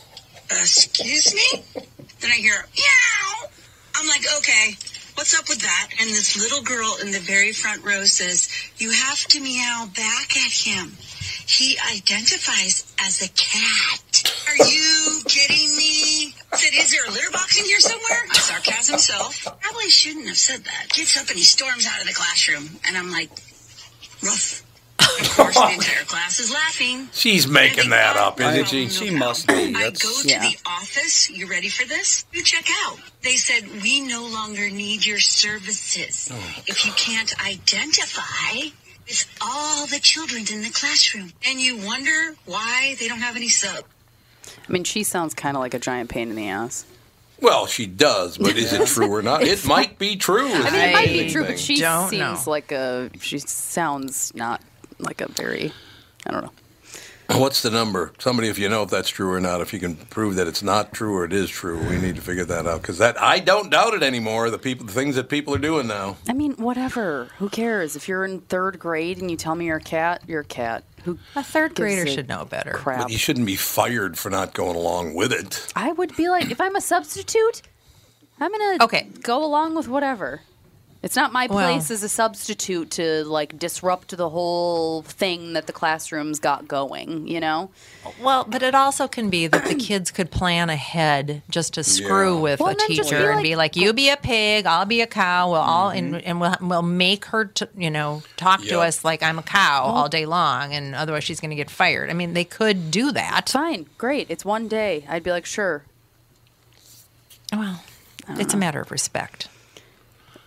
J: Excuse me? Then I hear meow. I'm like, okay, what's up with that? And this little girl in the very front row says, you have to meow back at him. He identifies as a cat. Are you kidding me? I Said, is there a litter box in here somewhere? Sarcasm self. Probably shouldn't have said that. Gets up and he storms out of the classroom. And I'm like, rough. Of course, the entire class is laughing.
A: She's making that up,
D: I-
A: isn't she?
D: she must be.
J: I
D: That's
J: go to
B: Yeah.
J: the office. You ready for this? You check out. They said, We no longer need your services. if you can't identify with all the children in the classroom, and you wonder why they don't have any sub.
B: I mean, she sounds kind of like a giant pain in the ass.
A: Well, she does, but is it true or not? It might be true. is
B: I mean, it might
A: the
B: be true,
A: thing.
B: but she
C: don't
B: seems
C: know.
B: like a. She sounds not like a very. I don't know.
A: What's the number? Somebody, if you know if that's true or not, if you can prove that it's not true or it is true, we need to figure that out because that I don't doubt it anymore. The people, the things that people are doing now.
B: I mean, whatever. Who cares? If you're in third grade and you tell me you're a cat, you're a cat. Who
C: a third
B: gives
C: grader
B: a
C: should know better.
B: crap?
A: But you shouldn't be fired for not going along with it.
B: I would be like, if I'm a substitute, I'm gonna
C: Okay.
B: go along with whatever. It's not my
C: Well-
B: place as a substitute to like disrupt the whole thing that the classroom's got going. You know,
C: Well, but it also can be that the kids could plan ahead just to screw
A: Yeah.
C: with
B: Well,
C: a
B: and then just
C: teacher
B: be
C: and
B: like-
C: be like, "You be a pig, I'll be a cow. We'll all and, and we'll, we'll make her, t- you know, talk
A: Mm-hmm. Yeah.
C: to us like I'm a cow all day long, and otherwise she's going to get fired." I mean, they could do that.
B: fine, great. It's one day. I'd be like, sure,
C: Well, it's a matter of respect.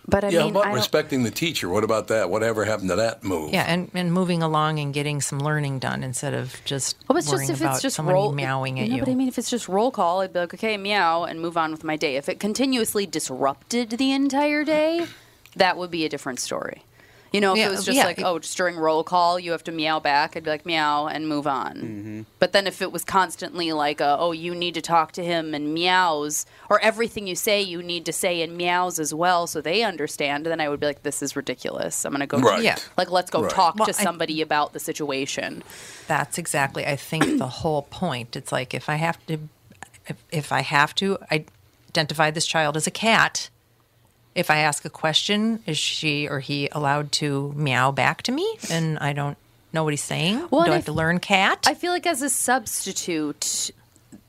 B: but I
A: yeah,
B: mean,
A: but
B: I don't-
A: respecting the teacher. What about that? Whatever happened to that move?
C: Yeah, and, and moving along and getting some learning done instead of just
B: Well, Oh, it's
C: worrying
B: just if
C: about
B: it's just
C: somebody
B: roll,
C: meowing at
B: no,
C: you.
B: But I mean, if it's just roll call, I'd be like, okay, meow, and move on with my day. If it continuously disrupted the entire day, that would be a different story. You know, if
C: Yeah,
B: it was just
C: yeah.
B: like, oh, just during roll call, you have to meow back, I'd be like, meow, and move on.
A: Mm-hmm.
B: But then if it was constantly like, a, oh, you need to talk to him and meows, or everything you say, you need to say and meows as well so they understand, then I would be like, this is ridiculous. I'm going to go,
A: Right.
C: Yeah.
B: like, let's go
A: Right.
B: talk
C: Well,
B: to
C: I-
B: somebody about the situation.
C: That's exactly, I think, the whole point. It's like if I have to, if, if I have to identify this child as a cat, if I ask a question, is she or he allowed to meow back to me? And I don't know what he's saying.
B: Well,
C: Do
B: and
C: I
B: if-
C: have to learn cat?
B: I feel like as a substitute,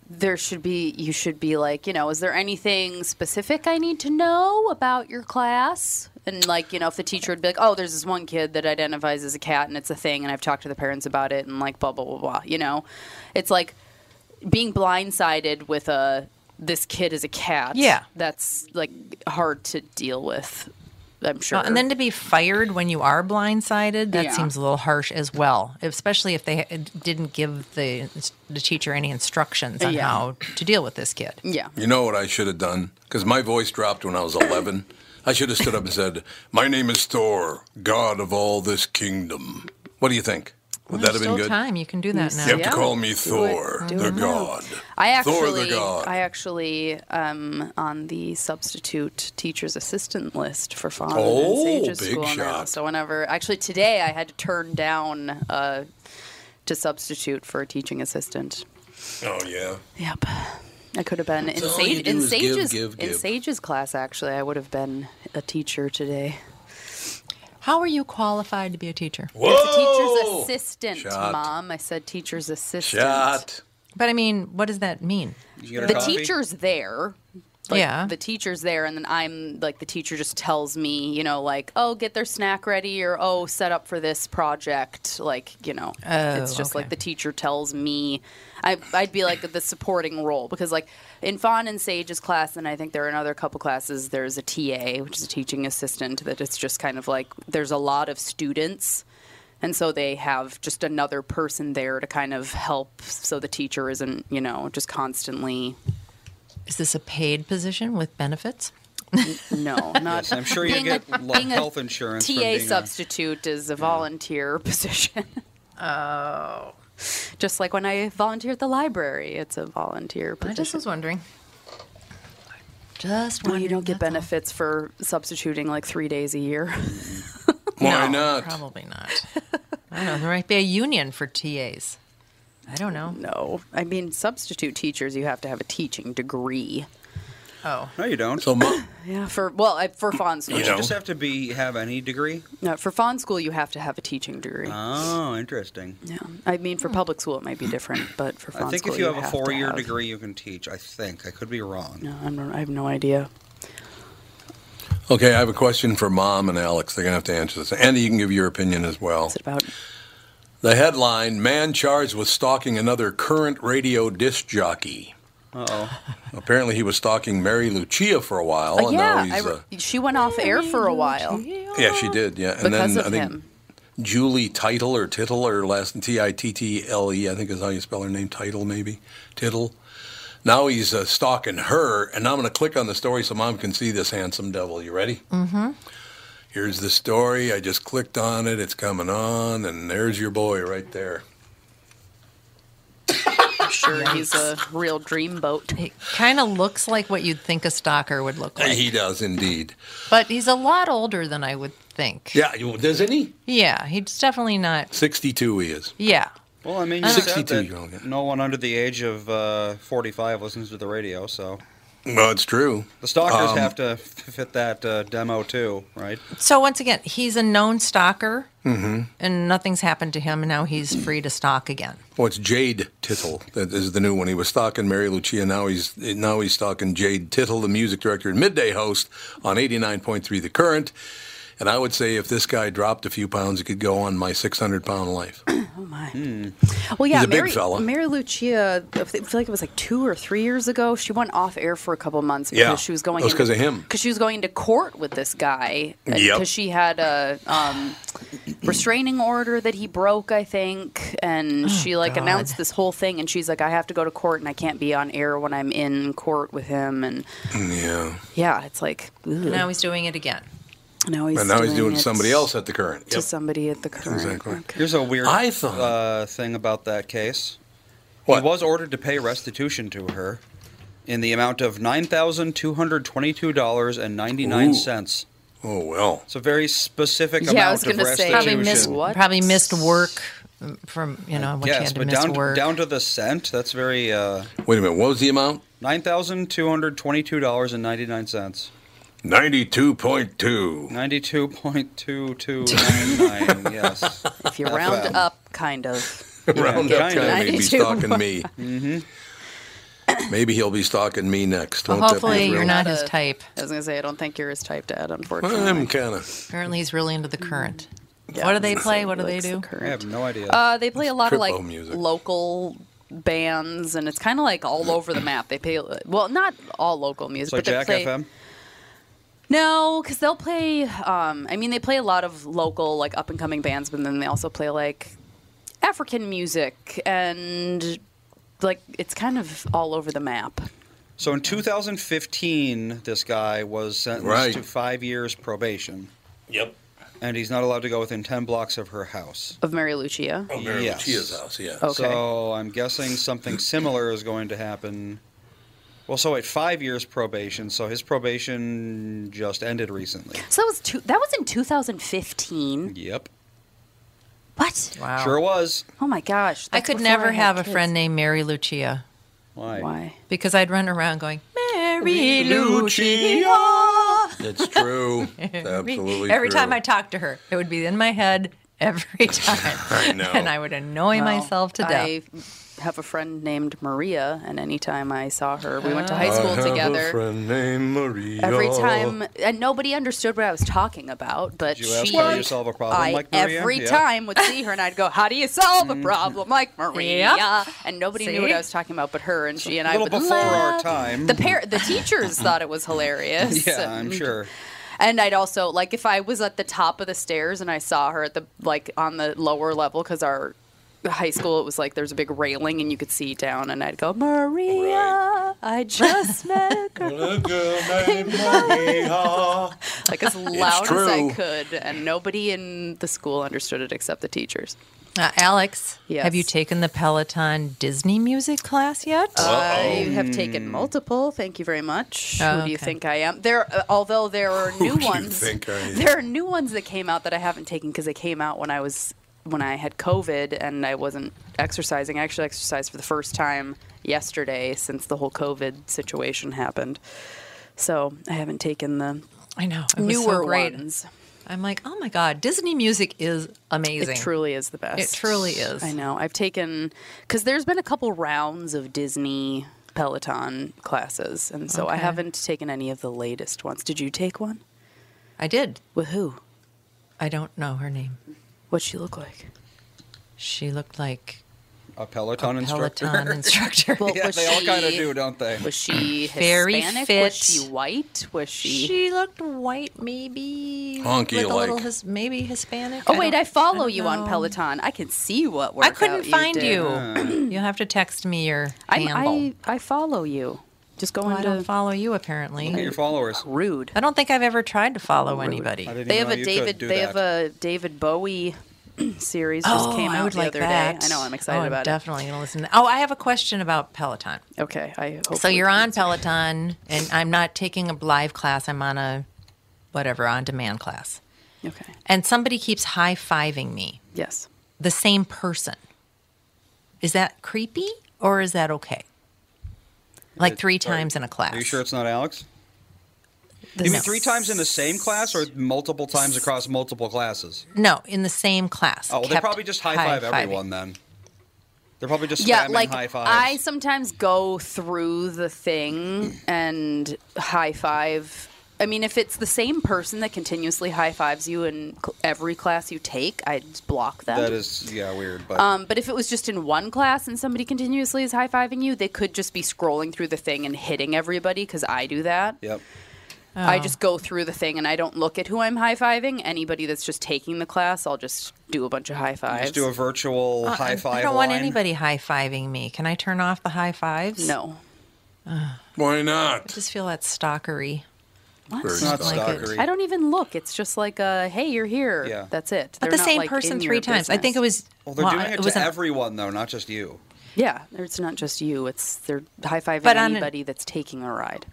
B: there should be you should be like you know, is there anything specific I need to know about your class? And like you know, if the teacher would be like, oh, there's this one kid that identifies as a cat and it's a thing, and I've talked to the parents about it, and like blah blah blah blah. You know, it's like being blindsided with a this kid is a cat.
C: Yeah.
B: that's like hard to deal with. I'm sure.
C: Uh, And then to be fired when you are blindsided, that
B: Yeah.
C: seems a little harsh as well, especially if they didn't give the, the teacher any instructions on
B: Yeah.
C: how to deal with this kid.
B: yeah.
A: You know what I should have done? Because my voice dropped when I was 11. I should have stood up and said, My name is Thor, God of all this kingdom. What do you think? Would
C: Well,
A: that have
C: still
A: been good?
C: time. You can do that now.
A: You have to call me Thor,
B: Do it
A: the
B: now.
A: god.
B: I
A: Thor
B: actually,
A: the god.
B: I actually, um, on the substitute teacher's assistant list for Fawn and
A: Oh,
B: Sage's
A: big
B: school now.
A: shot.
B: So whenever, actually today, I had to turn down uh, to substitute for a teaching assistant.
A: Oh yeah.
B: Yep. I could have been in,
A: That's all you
B: Sage,
A: do
B: in
A: is give,
B: Sage's
A: give,
B: in
A: give.
B: Sage's class. Actually, I would have been a teacher today.
C: How are you qualified to be a teacher?
B: It's a teacher's assistant,
C: Shot.
B: mom. I said teacher's assistant.
C: But I mean, what does that mean?
B: the teacher's there. Like,
C: Yeah.
B: The teacher's there, and then I'm like, the teacher just tells me, you know, like, oh, get their snack ready or oh, set up for this project. Like, you know,
C: Oh,
B: it's just like
C: okay.
B: the teacher tells me. I, I'd be like the supporting role because, like, in Fawn and Sage's class, and I think there are another couple classes, there's a TA, which is a teaching assistant, that it's just kind of like there's a lot of students. And so they have just another person there to kind of help so the teacher isn't, you know, just constantly
C: Is this a paid position with benefits?
B: no, not.
D: Yes, I'm sure you
B: Being
D: get
B: a-
D: lo-
B: being a
D: health insurance. from
B: TA
D: being a-
B: substitute is a volunteer position. Oh. Just like when I volunteer at the library, it's a volunteer
C: I
B: position.
C: just was wondering. Just
B: well, you don't get benefits for substituting like three days a year.
A: Why
C: No,
A: not?
C: Probably not. I don't know. There might be a union for TAs. I don't know.
B: No, I mean substitute teachers. You have to have a teaching degree.
C: Oh.
D: No, you don't.
A: So, mom,
B: Yeah, for well, I, for Fawn
D: you,
B: School,
D: just have to be have any degree.
B: no, for Fawn School, you have to have a teaching degree.
D: Oh, interesting.
B: Yeah, I mean for public school it might be different, but for Fawn
D: I think
B: School
D: if you have a
B: to
D: four-year
B: have-
D: degree, you can teach. I think I could be wrong.
B: No, I'm, I have no idea.
A: Okay, I have a question for Mom and Alex. They're gonna have to answer this. Andy, you can give your opinion as well. What's
B: it about?
A: The headline: Man charged with stalking another current radio disc jockey.
D: Uh-oh.
A: Apparently, he was stalking Mary Lucia for a
D: Oh,
A: while,
B: Uh,
A: and now
B: yeah, I
A: he's.
B: re-
A: uh,
B: she went off air for a while.
A: Yeah, she did. Yeah, and
B: Because
A: then
B: of
A: I think
B: him.
A: Julie Title or Tittle or last T I T T L E I think is how you spell her name. Title maybe Tittle. Now he's uh, stalking her, and I'm going to click on the story so Mom can see this handsome devil. You ready?
K: Mm-hmm.
A: Here's the story. I just clicked on it. It's coming on, and there's your boy right there.
B: I'm sure he's a real dreamboat.
C: He kind of looks like what you'd think a stalker would look like.
A: He does indeed.
C: But he's a lot older than I would think.
A: Yeah, you- doesn't he?
C: Yeah, he's definitely not.
A: 62 he is.
C: Yeah.
D: Well, I mean, you
C: I don't-
D: said
A: 62
D: that
A: year old,
D: no one under the age of uh, 45 listens to the radio, so
A: No, it's true.
D: the stalkers
A: Um,
D: have to f- fit that uh, demo too, right?
C: So once again, he's a known stalker,
A: Mm-hmm.
C: and nothing's happened to him, and now he's free to stalk again.
A: Well, it's Jade Tittle. That is the new one. He was stalking Mary Lucia. Now he's now he's stalking Jade Tittle, the music director and midday host on 89.3 The Current. And I would say if this guy dropped a few pounds, he could go on my 600 pound life. oh
B: my.
A: Well,
B: Well, yeah,
A: He's a
B: Mary,
A: big fella.
B: Mary Lucia, I f- I feel like it was like two or three years ago. She went off air for a couple months because
A: Yeah,
B: she was going.
A: that was
B: into-
A: 'cause of him.
B: Because she was going to court with this guy. uh,
A: Yep.
B: Because she had a um, restraining order that he broke, I think, and she like announced this whole thing, and she's like, "I have to go to court, and I can't be on air when I'm in court with him." And
A: yeah.
B: yeah, it's like ugh.
C: Now he's doing it again.
B: now he's
A: and now
B: doing
A: he's doing
B: it
A: somebody else at The Current.
B: to somebody at the current.
D: Here's a weird
A: I thought-
D: uh, thing about that case. He was ordered to pay restitution to her in the amount of nine thousand two hundred twenty-two dollars and ninety-nine cents.
A: Oh well,
D: it's a very specific
C: Yeah, I was
D: amount of
C: gonna
D: restitution.
C: say, probably missed probably missed work um, from you know what you
D: yes,
C: had to
D: but
C: miss
D: down
C: work.
D: down to the cent. That's very. Uh,
A: Wait a minute. What was the amount?
D: Nine thousand two hundred twenty-two dollars and ninety-nine cents.
A: 92.2.
D: Ninety-two point two two nine nine. Yes.
B: If you round up, kind of.
A: Round up
B: Yeah,
A: guy may be
B: 92.
A: stalking me. mm-hmm. Maybe he'll be stalking me next.
C: Well,
A: Won't that be
C: hopefully you're
A: thrilling?
C: not his type.
B: I was gonna say I don't think you're his type to add, unfortunately.
A: Well, I'm kind of.
C: Apparently, he's really into the current.
B: Yeah,
C: what do they
B: so
C: play? What do they
B: likes
C: do?
D: I have no idea.
B: Uh, they play a lot of
D: Crippo
B: like
D: music.
B: local bands, and it's kind of like all over the map. They play well, not all local music,
D: it's like
B: but they
D: Jack
B: play
D: FM.
B: no, because they'll play. Um, I mean, they play a lot of local like up and coming bands, but then they also play like African music and like it's kind of all over the map.
D: So in 2015, this guy was sentenced
A: Right.
D: to five years probation.
A: Yep.
D: And he's not allowed to go within 10 blocks of her house.
B: of Mary Lucia.
A: Oh, Mary Lucia's house, yeah.
B: Okay.
D: So I'm guessing something similar is going to happen. Well, so at five years probation, so his probation just ended recently.
B: So that was two, that was in 2015.
D: Yep.
B: What?
C: Wow.
D: Sure was.
B: Oh my gosh!
C: I
B: that's
C: could
B: before
C: never
B: I had
C: have a
B: kids.
C: friend named Mary Lucia
D: Why?
B: Why?
C: because I'd run around going Mary
A: Lucia.
C: Lucia.
A: It's true. It's absolutely
C: every
A: true.
C: time I talked to her, it would be in my head every time,
A: I know.
C: and I would annoy
B: Well,
C: myself to death.
B: I have a friend named Maria, and anytime I saw her, we went to high
A: I
B: school
A: have
B: together.
A: A friend named Maria.
B: Every time, and nobody understood what I was talking about, but
D: Did you ask
B: she,
D: how you solve a problem
B: I
D: like Maria?
B: every
D: Yeah. Mm.
B: time would see her and I'd go, "How do you solve a problem like Maria?"
C: Yeah.
B: And nobody
C: See?
B: knew what I was talking about, but her and she and
D: A
B: I
D: little
B: would
D: before our
B: laugh.
D: time.
B: The par- the teachers thought it was hilarious.
D: yeah, I'm sure.
B: And I'd also like if I was at the top of the stairs and I saw her at the like on the lower level because our high school it was like there's a big railing and you could see down and I'd go Maria, I just met a girl
A: A girl named Maria.
B: like as loud as I
A: true.
B: could and nobody in the school understood it except the teachers.
C: Uh, Alex,
B: Yes.
C: have you taken the Peloton Disney music class yet?
A: Uh, Oh.
B: I have taken multiple. Thank you very much.
C: Oh,
B: Who do you
C: okay.
B: think I am? There, uh, although there are new
A: do you
B: ones.
A: think I am?
B: There are new ones that came out that I haven't taken because they came out when I was when I had COVID and I wasn't exercising. I actually exercised for the first time yesterday since the whole COVID situation happened. So I haven't taken the
C: I know. It was so
B: newer
C: great.
B: ones.
C: I'm like, oh my God, Disney music is amazing.
B: It truly is the best.
C: It truly is.
B: I know. I've taken because there's been a couple rounds of Disney Peloton classes, and so I
C: Okay.
B: haven't taken any of the latest ones. Did you take one?
C: I did.
B: With who?
C: I don't know her name.
B: What'd she look like?
C: She looked like
D: A Peloton instructor.
C: Peloton instructor.
B: Well,
D: yeah,
B: was
D: they all
B: she-
D: kind of do, don't they?
B: Was she
C: Very
B: Hispanic?
C: fit.
B: Was she white? Was she?
C: she looked white, maybe.
A: Honky
C: like a little
A: like.
C: his, maybe Hispanic.
B: Oh wait,
C: don't-
B: I follow
C: don't
B: you
C: know.
B: on Peloton. I can see what workout
C: I couldn't
B: you
C: find
B: did.
C: you.
D: Hmm.
C: You'll have to text me your
B: I'm,
C: handle.
B: I I follow you. Just go
C: Well, I don't
B: into
C: follow you apparently.
D: Your followers.
B: rude.
C: I don't think I've ever tried to follow anybody.
D: I didn't
B: They
D: even
B: have a
D: know you could
B: David.
D: do
B: They have
D: that.
B: a David Bowie series just
C: Oh,
B: came
C: I
B: out
C: would
B: the
C: like
B: other
C: that.
B: day. I know. I'm excited
C: oh, I'm
B: about
C: definitely gonna listen. to- oh, I have a question about Peloton.
B: it. Okay. I hope
C: So
B: we
C: you're
B: can
C: on
B: answer.
C: Peloton, and I'm not taking a live class. I'm on a whatever on demand class,
B: Okay.
C: and somebody keeps high fiving me.
B: Yes.
C: The same person. Is that creepy or is that okay? Like three times in a class.
D: Are you sure it's not Alex?
B: The
D: You mean
B: s-
D: three times in the same class or multiple times across multiple classes?
C: No, in the same class.
D: Oh, well, they
C: Kept
D: probably just high five
C: high-fiving.
D: everyone then. They're probably just
B: Yeah,
D: spamming
B: like
D: high
B: I
D: fives.
B: sometimes go through the thing and high five. I mean, if it's the same person that continuously high fives you in cl- every class you take, I'd block them.
D: that is, yeah, weird. But
B: Um, but if it was just in one class and somebody continuously is high fiving you, they could just be scrolling through the thing and hitting everybody because I do that.
D: yep.
B: I just go through the thing and I don't look at who I'm high fiving. Anybody that's just taking the class, I'll just do a bunch of high fives.
D: Just do a virtual
C: Uh,
D: high five.
C: I don't want
D: line.
C: anybody high fiving me. Can I turn off the high fives?
B: no.
A: Why
C: I
A: not?
C: just feel that stalkery.
B: What?
A: Very
D: It's not
A: stalkery.
D: stalkery.
B: I don't even look. It's just like, uh, hey, you're here.
D: Yeah.
B: That's it.
C: But
B: They're
C: the
B: not,
C: same
B: like,
C: person
B: in
C: three
B: your
C: times. I think it
B: business.
C: was.
D: Well, they're
C: well,
D: doing it,
C: was
D: to
C: an-
D: everyone though, not just you.
B: Yeah, it's not just you. It's they're high fiving
C: But on an-
B: anybody that's taking a ride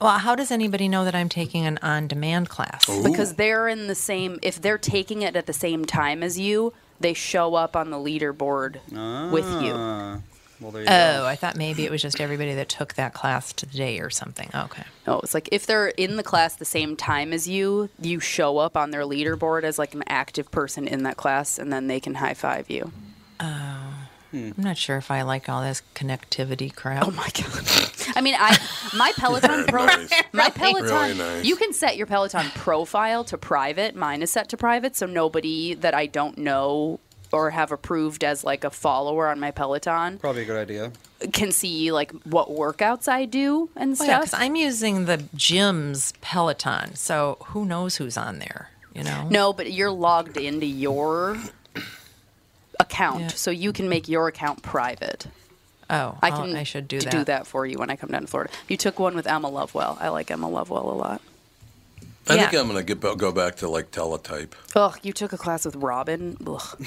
C: Well, how does anybody know that I'm taking an on demand class?
D: Oh.
B: because they're in the same. If they're taking it at the same time as you, they show up on the leaderboard with you.
D: Uh, well, there you
C: Oh,
D: go.
C: I thought maybe it was just everybody that took that class today or something. Okay.
B: No, Oh, it's like if they're in the class the same time as you, you show up on their leaderboard as like an active person in that class, and then they can high five you.
C: I'm not sure if I like all this connectivity crap.
B: Oh my god! I mean, I my Peloton pro,
A: nice.
B: my Peloton.
A: Really nice.
B: You can set your Peloton profile to private. Mine is set to private, so nobody that I don't know or have approved as like a follower on my Peloton
D: Probably a good idea.
B: can see like what workouts I do and
C: Well,
B: stuff.
C: Oh, yeah, because I'm using the gym's Peloton, so who knows who's on there? You know.
B: No, but you're logged into your account,
C: Yeah.
B: so you can make your account private.
C: Oh,
B: I
C: I'll-
B: can
C: I should do
B: to
C: that.
B: for you when I come down to Florida. You took one with Emma Lovewell. I like Emma Lovewell a lot.
A: I
B: Yeah.
A: think I'm going to get go back to like teletype.
B: Ugh, you took a class with Robin. Ugh.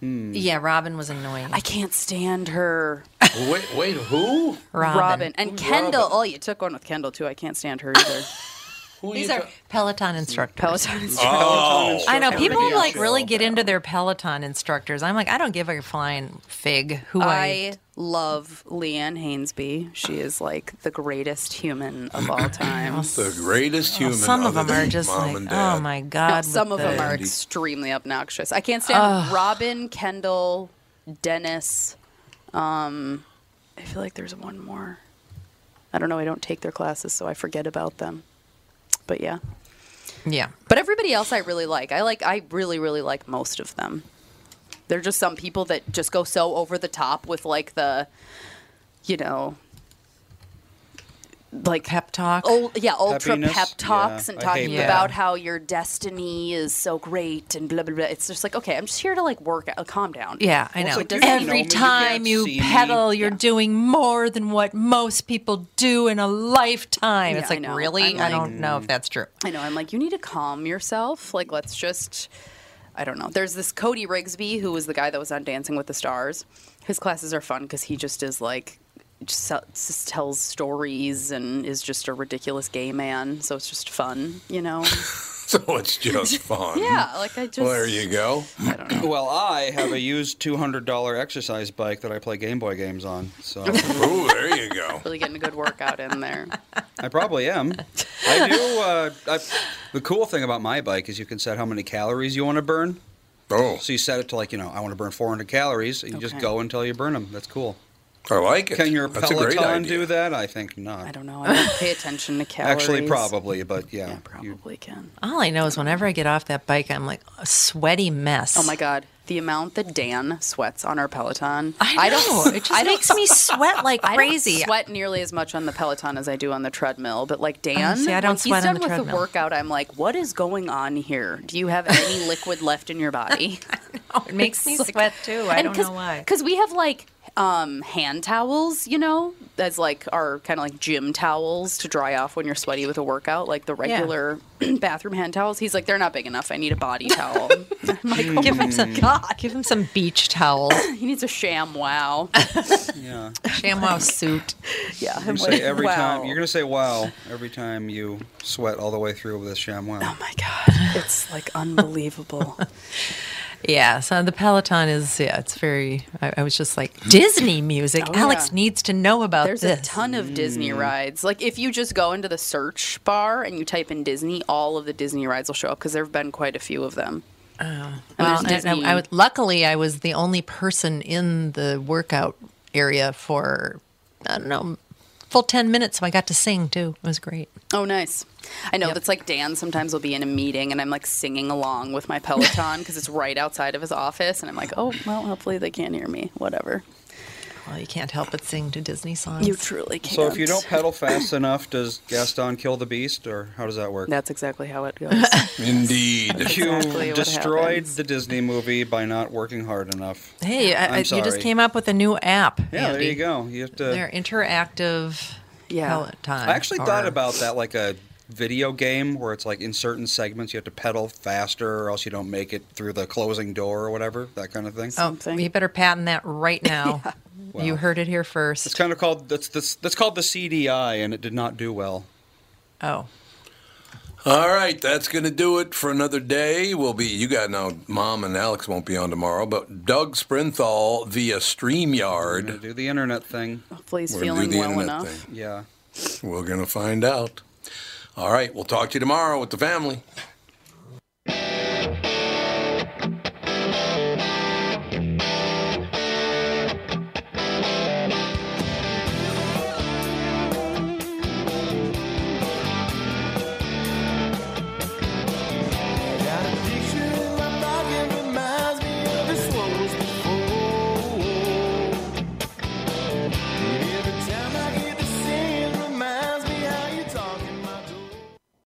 C: Yeah, Robin was annoying.
B: I can't stand her.
A: Wait, wait, who?
B: Robin. And
A: Who's
B: Kendall.
A: Robin?
B: Oh, you took one with Kendall, too. I can't stand her either.
C: These are Peloton instructors.
B: Peloton
A: instructors. Oh.
C: I know
B: Peloton
C: people
B: instructors.
C: like really get into their Peloton instructors. I'm like, I don't give a flying fig who I.
B: I love Leanne Hainsby. She is like the greatest human of all time.
A: The greatest
C: Well,
A: human.
C: some of
A: other
C: them are
A: than
C: just
A: mom
C: like,
A: and
C: oh
A: dad.
C: my god.
B: No, some of
C: with
B: them
C: the-
B: are extremely obnoxious. I can't stand
C: Ugh.
B: Robin, Kendall, Dennis. Um, I feel like there's one more. I don't know. I don't take their classes, so I forget about them. But yeah.
C: Yeah.
B: But everybody else I really like. I like I really really like most of them. There're just some people that just go so over the top with like the you know like
C: pep talk.
B: Oh yeah, ultra
C: Peppiness?
B: pep talks
C: Yeah,
B: and
C: I
B: talking
C: hate that.
B: about
C: Yeah.
B: how your destiny is so great and blah blah blah. It's just like, okay, I'm just here to like work out, calm down.
C: Yeah, I know.
B: So it doesn't-
C: Every time you, pedal, you're doing more than what most people do in a lifetime.
B: Yeah,
C: it's
B: I
C: like,
B: know.
C: really?
B: I'm
C: I
B: like-
C: don't know if that's true.
B: I know. I'm like, you need to calm yourself. Like, let's just, I don't know. There's this Cody Rigsby, who was the guy that was on Dancing with the Stars. His classes are fun because he just is like, just, tell- just tells stories and is just a ridiculous gay man. So it's just fun, you know?
A: So it's just fun.
B: yeah. Like, I just.
A: Well, there you go.
D: Well, I have a used two hundred dollar exercise bike that I play Game Boy games on. So
A: Ooh, there you go.
B: Really getting a good workout in there.
D: I probably am. I do. Uh, I, the cool thing about my bike is you can set how many calories you want to burn.
A: Oh.
D: So you set it to like you know I want to burn 400 calories, and you just
B: Okay.
D: go until you burn them. That's cool.
A: Oh, I like it.
D: Can your
A: That's a great
D: Peloton
A: idea.
D: do that? I think not.
B: I don't know. I don't pay attention to calories.
D: Actually, probably, but yeah.
B: Probably can.
C: All I know is whenever I get off that bike, I'm like a sweaty mess.
B: Oh my God. The amount that Dan sweats on our Peloton.
C: I know. It just makes me sweat like
B: I
C: crazy.
B: don't sweat nearly as much on the Peloton as I do on the treadmill, but like Dan,
C: Oh, see, I don't
B: when
C: sweat
B: he's
C: on
B: done
C: the
B: with the
C: treadmill.
B: workout, I'm like, what is going on here? Do you have any liquid left in your body?
C: Oh, It makes me sweat too. I don't know why.
B: Because we have like um, hand towels, you know, as like our kind of like gym towels to dry off when you're sweaty with a workout, like the
C: Yeah.
B: regular bathroom hand towels. He's like, they're not big enough. I need a body towel. I'm like, oh
C: Give
B: my
C: him some.
B: God.
C: Give him some beach towels.
B: He needs a sham wow.
D: Yeah.
C: ShamWow suit.
B: Yeah.
D: You're
B: I'm
D: gonna say
B: like,
D: every
B: wow.
D: time you're gonna say wow every time you sweat all the way through with this ShamWow. Oh
B: my god, it's like unbelievable.
C: Yeah, so the Peloton is, yeah, it's very, I, I was just like, Disney music.
B: Oh,
C: Alex
B: yeah.
C: needs to know about
B: There's
C: this.
B: a ton of
D: Mm.
B: Disney rides. Like if you just go into the search bar and you type in Disney, all of the Disney rides will show up because there have been quite a few of them.
C: Oh,
B: And there's
C: well, and
B: Disney.
C: I, I, would- luckily, I was the only person in the workout area for, I don't know, full 10 minutes, so I got to sing too. It was great.
B: Oh, nice. I know that's like Dan sometimes will be in a meeting and I'm like singing along with my Peloton because it's right outside of his office. And I'm like, oh, well, hopefully they can't hear me. Whatever.
C: Well, you can't help but sing to Disney songs.
B: You truly can't.
D: So if you don't pedal fast enough, does Gaston kill the beast, or how does that work?
B: That's exactly how it goes.
A: Indeed.
D: you
B: exactly what
D: destroyed
B: happens.
D: the Disney movie by not working hard enough.
C: Hey, I,
D: I'm
C: I- you just
D: sorry.
C: came up with a new app.
D: Yeah, there
C: Andy.
D: you go. You have to.
C: They're interactive
B: Yeah.
C: Peloton.
D: I actually thought
C: or-
D: about that like a video game where it's like in certain segments you have to pedal faster or else you don't make it through the closing door or whatever, that kind of thing.
C: Oh, you better patent that right now. You heard it here first.
D: It's kind of called that's that's that's called the CDI and it did not do well.
C: Oh.
A: All right, that's going to do it for another day. We'll be, you got now, Mom and Alex won't be on tomorrow, but Doug Sprinthal via StreamYard.
D: Do the internet thing.
B: Hopefully he's
A: We're gonna do
B: feeling
A: the
B: well
A: internet
B: enough.
A: thing.
D: Yeah.
A: We're going to find out. All right, we'll talk to you tomorrow with the family.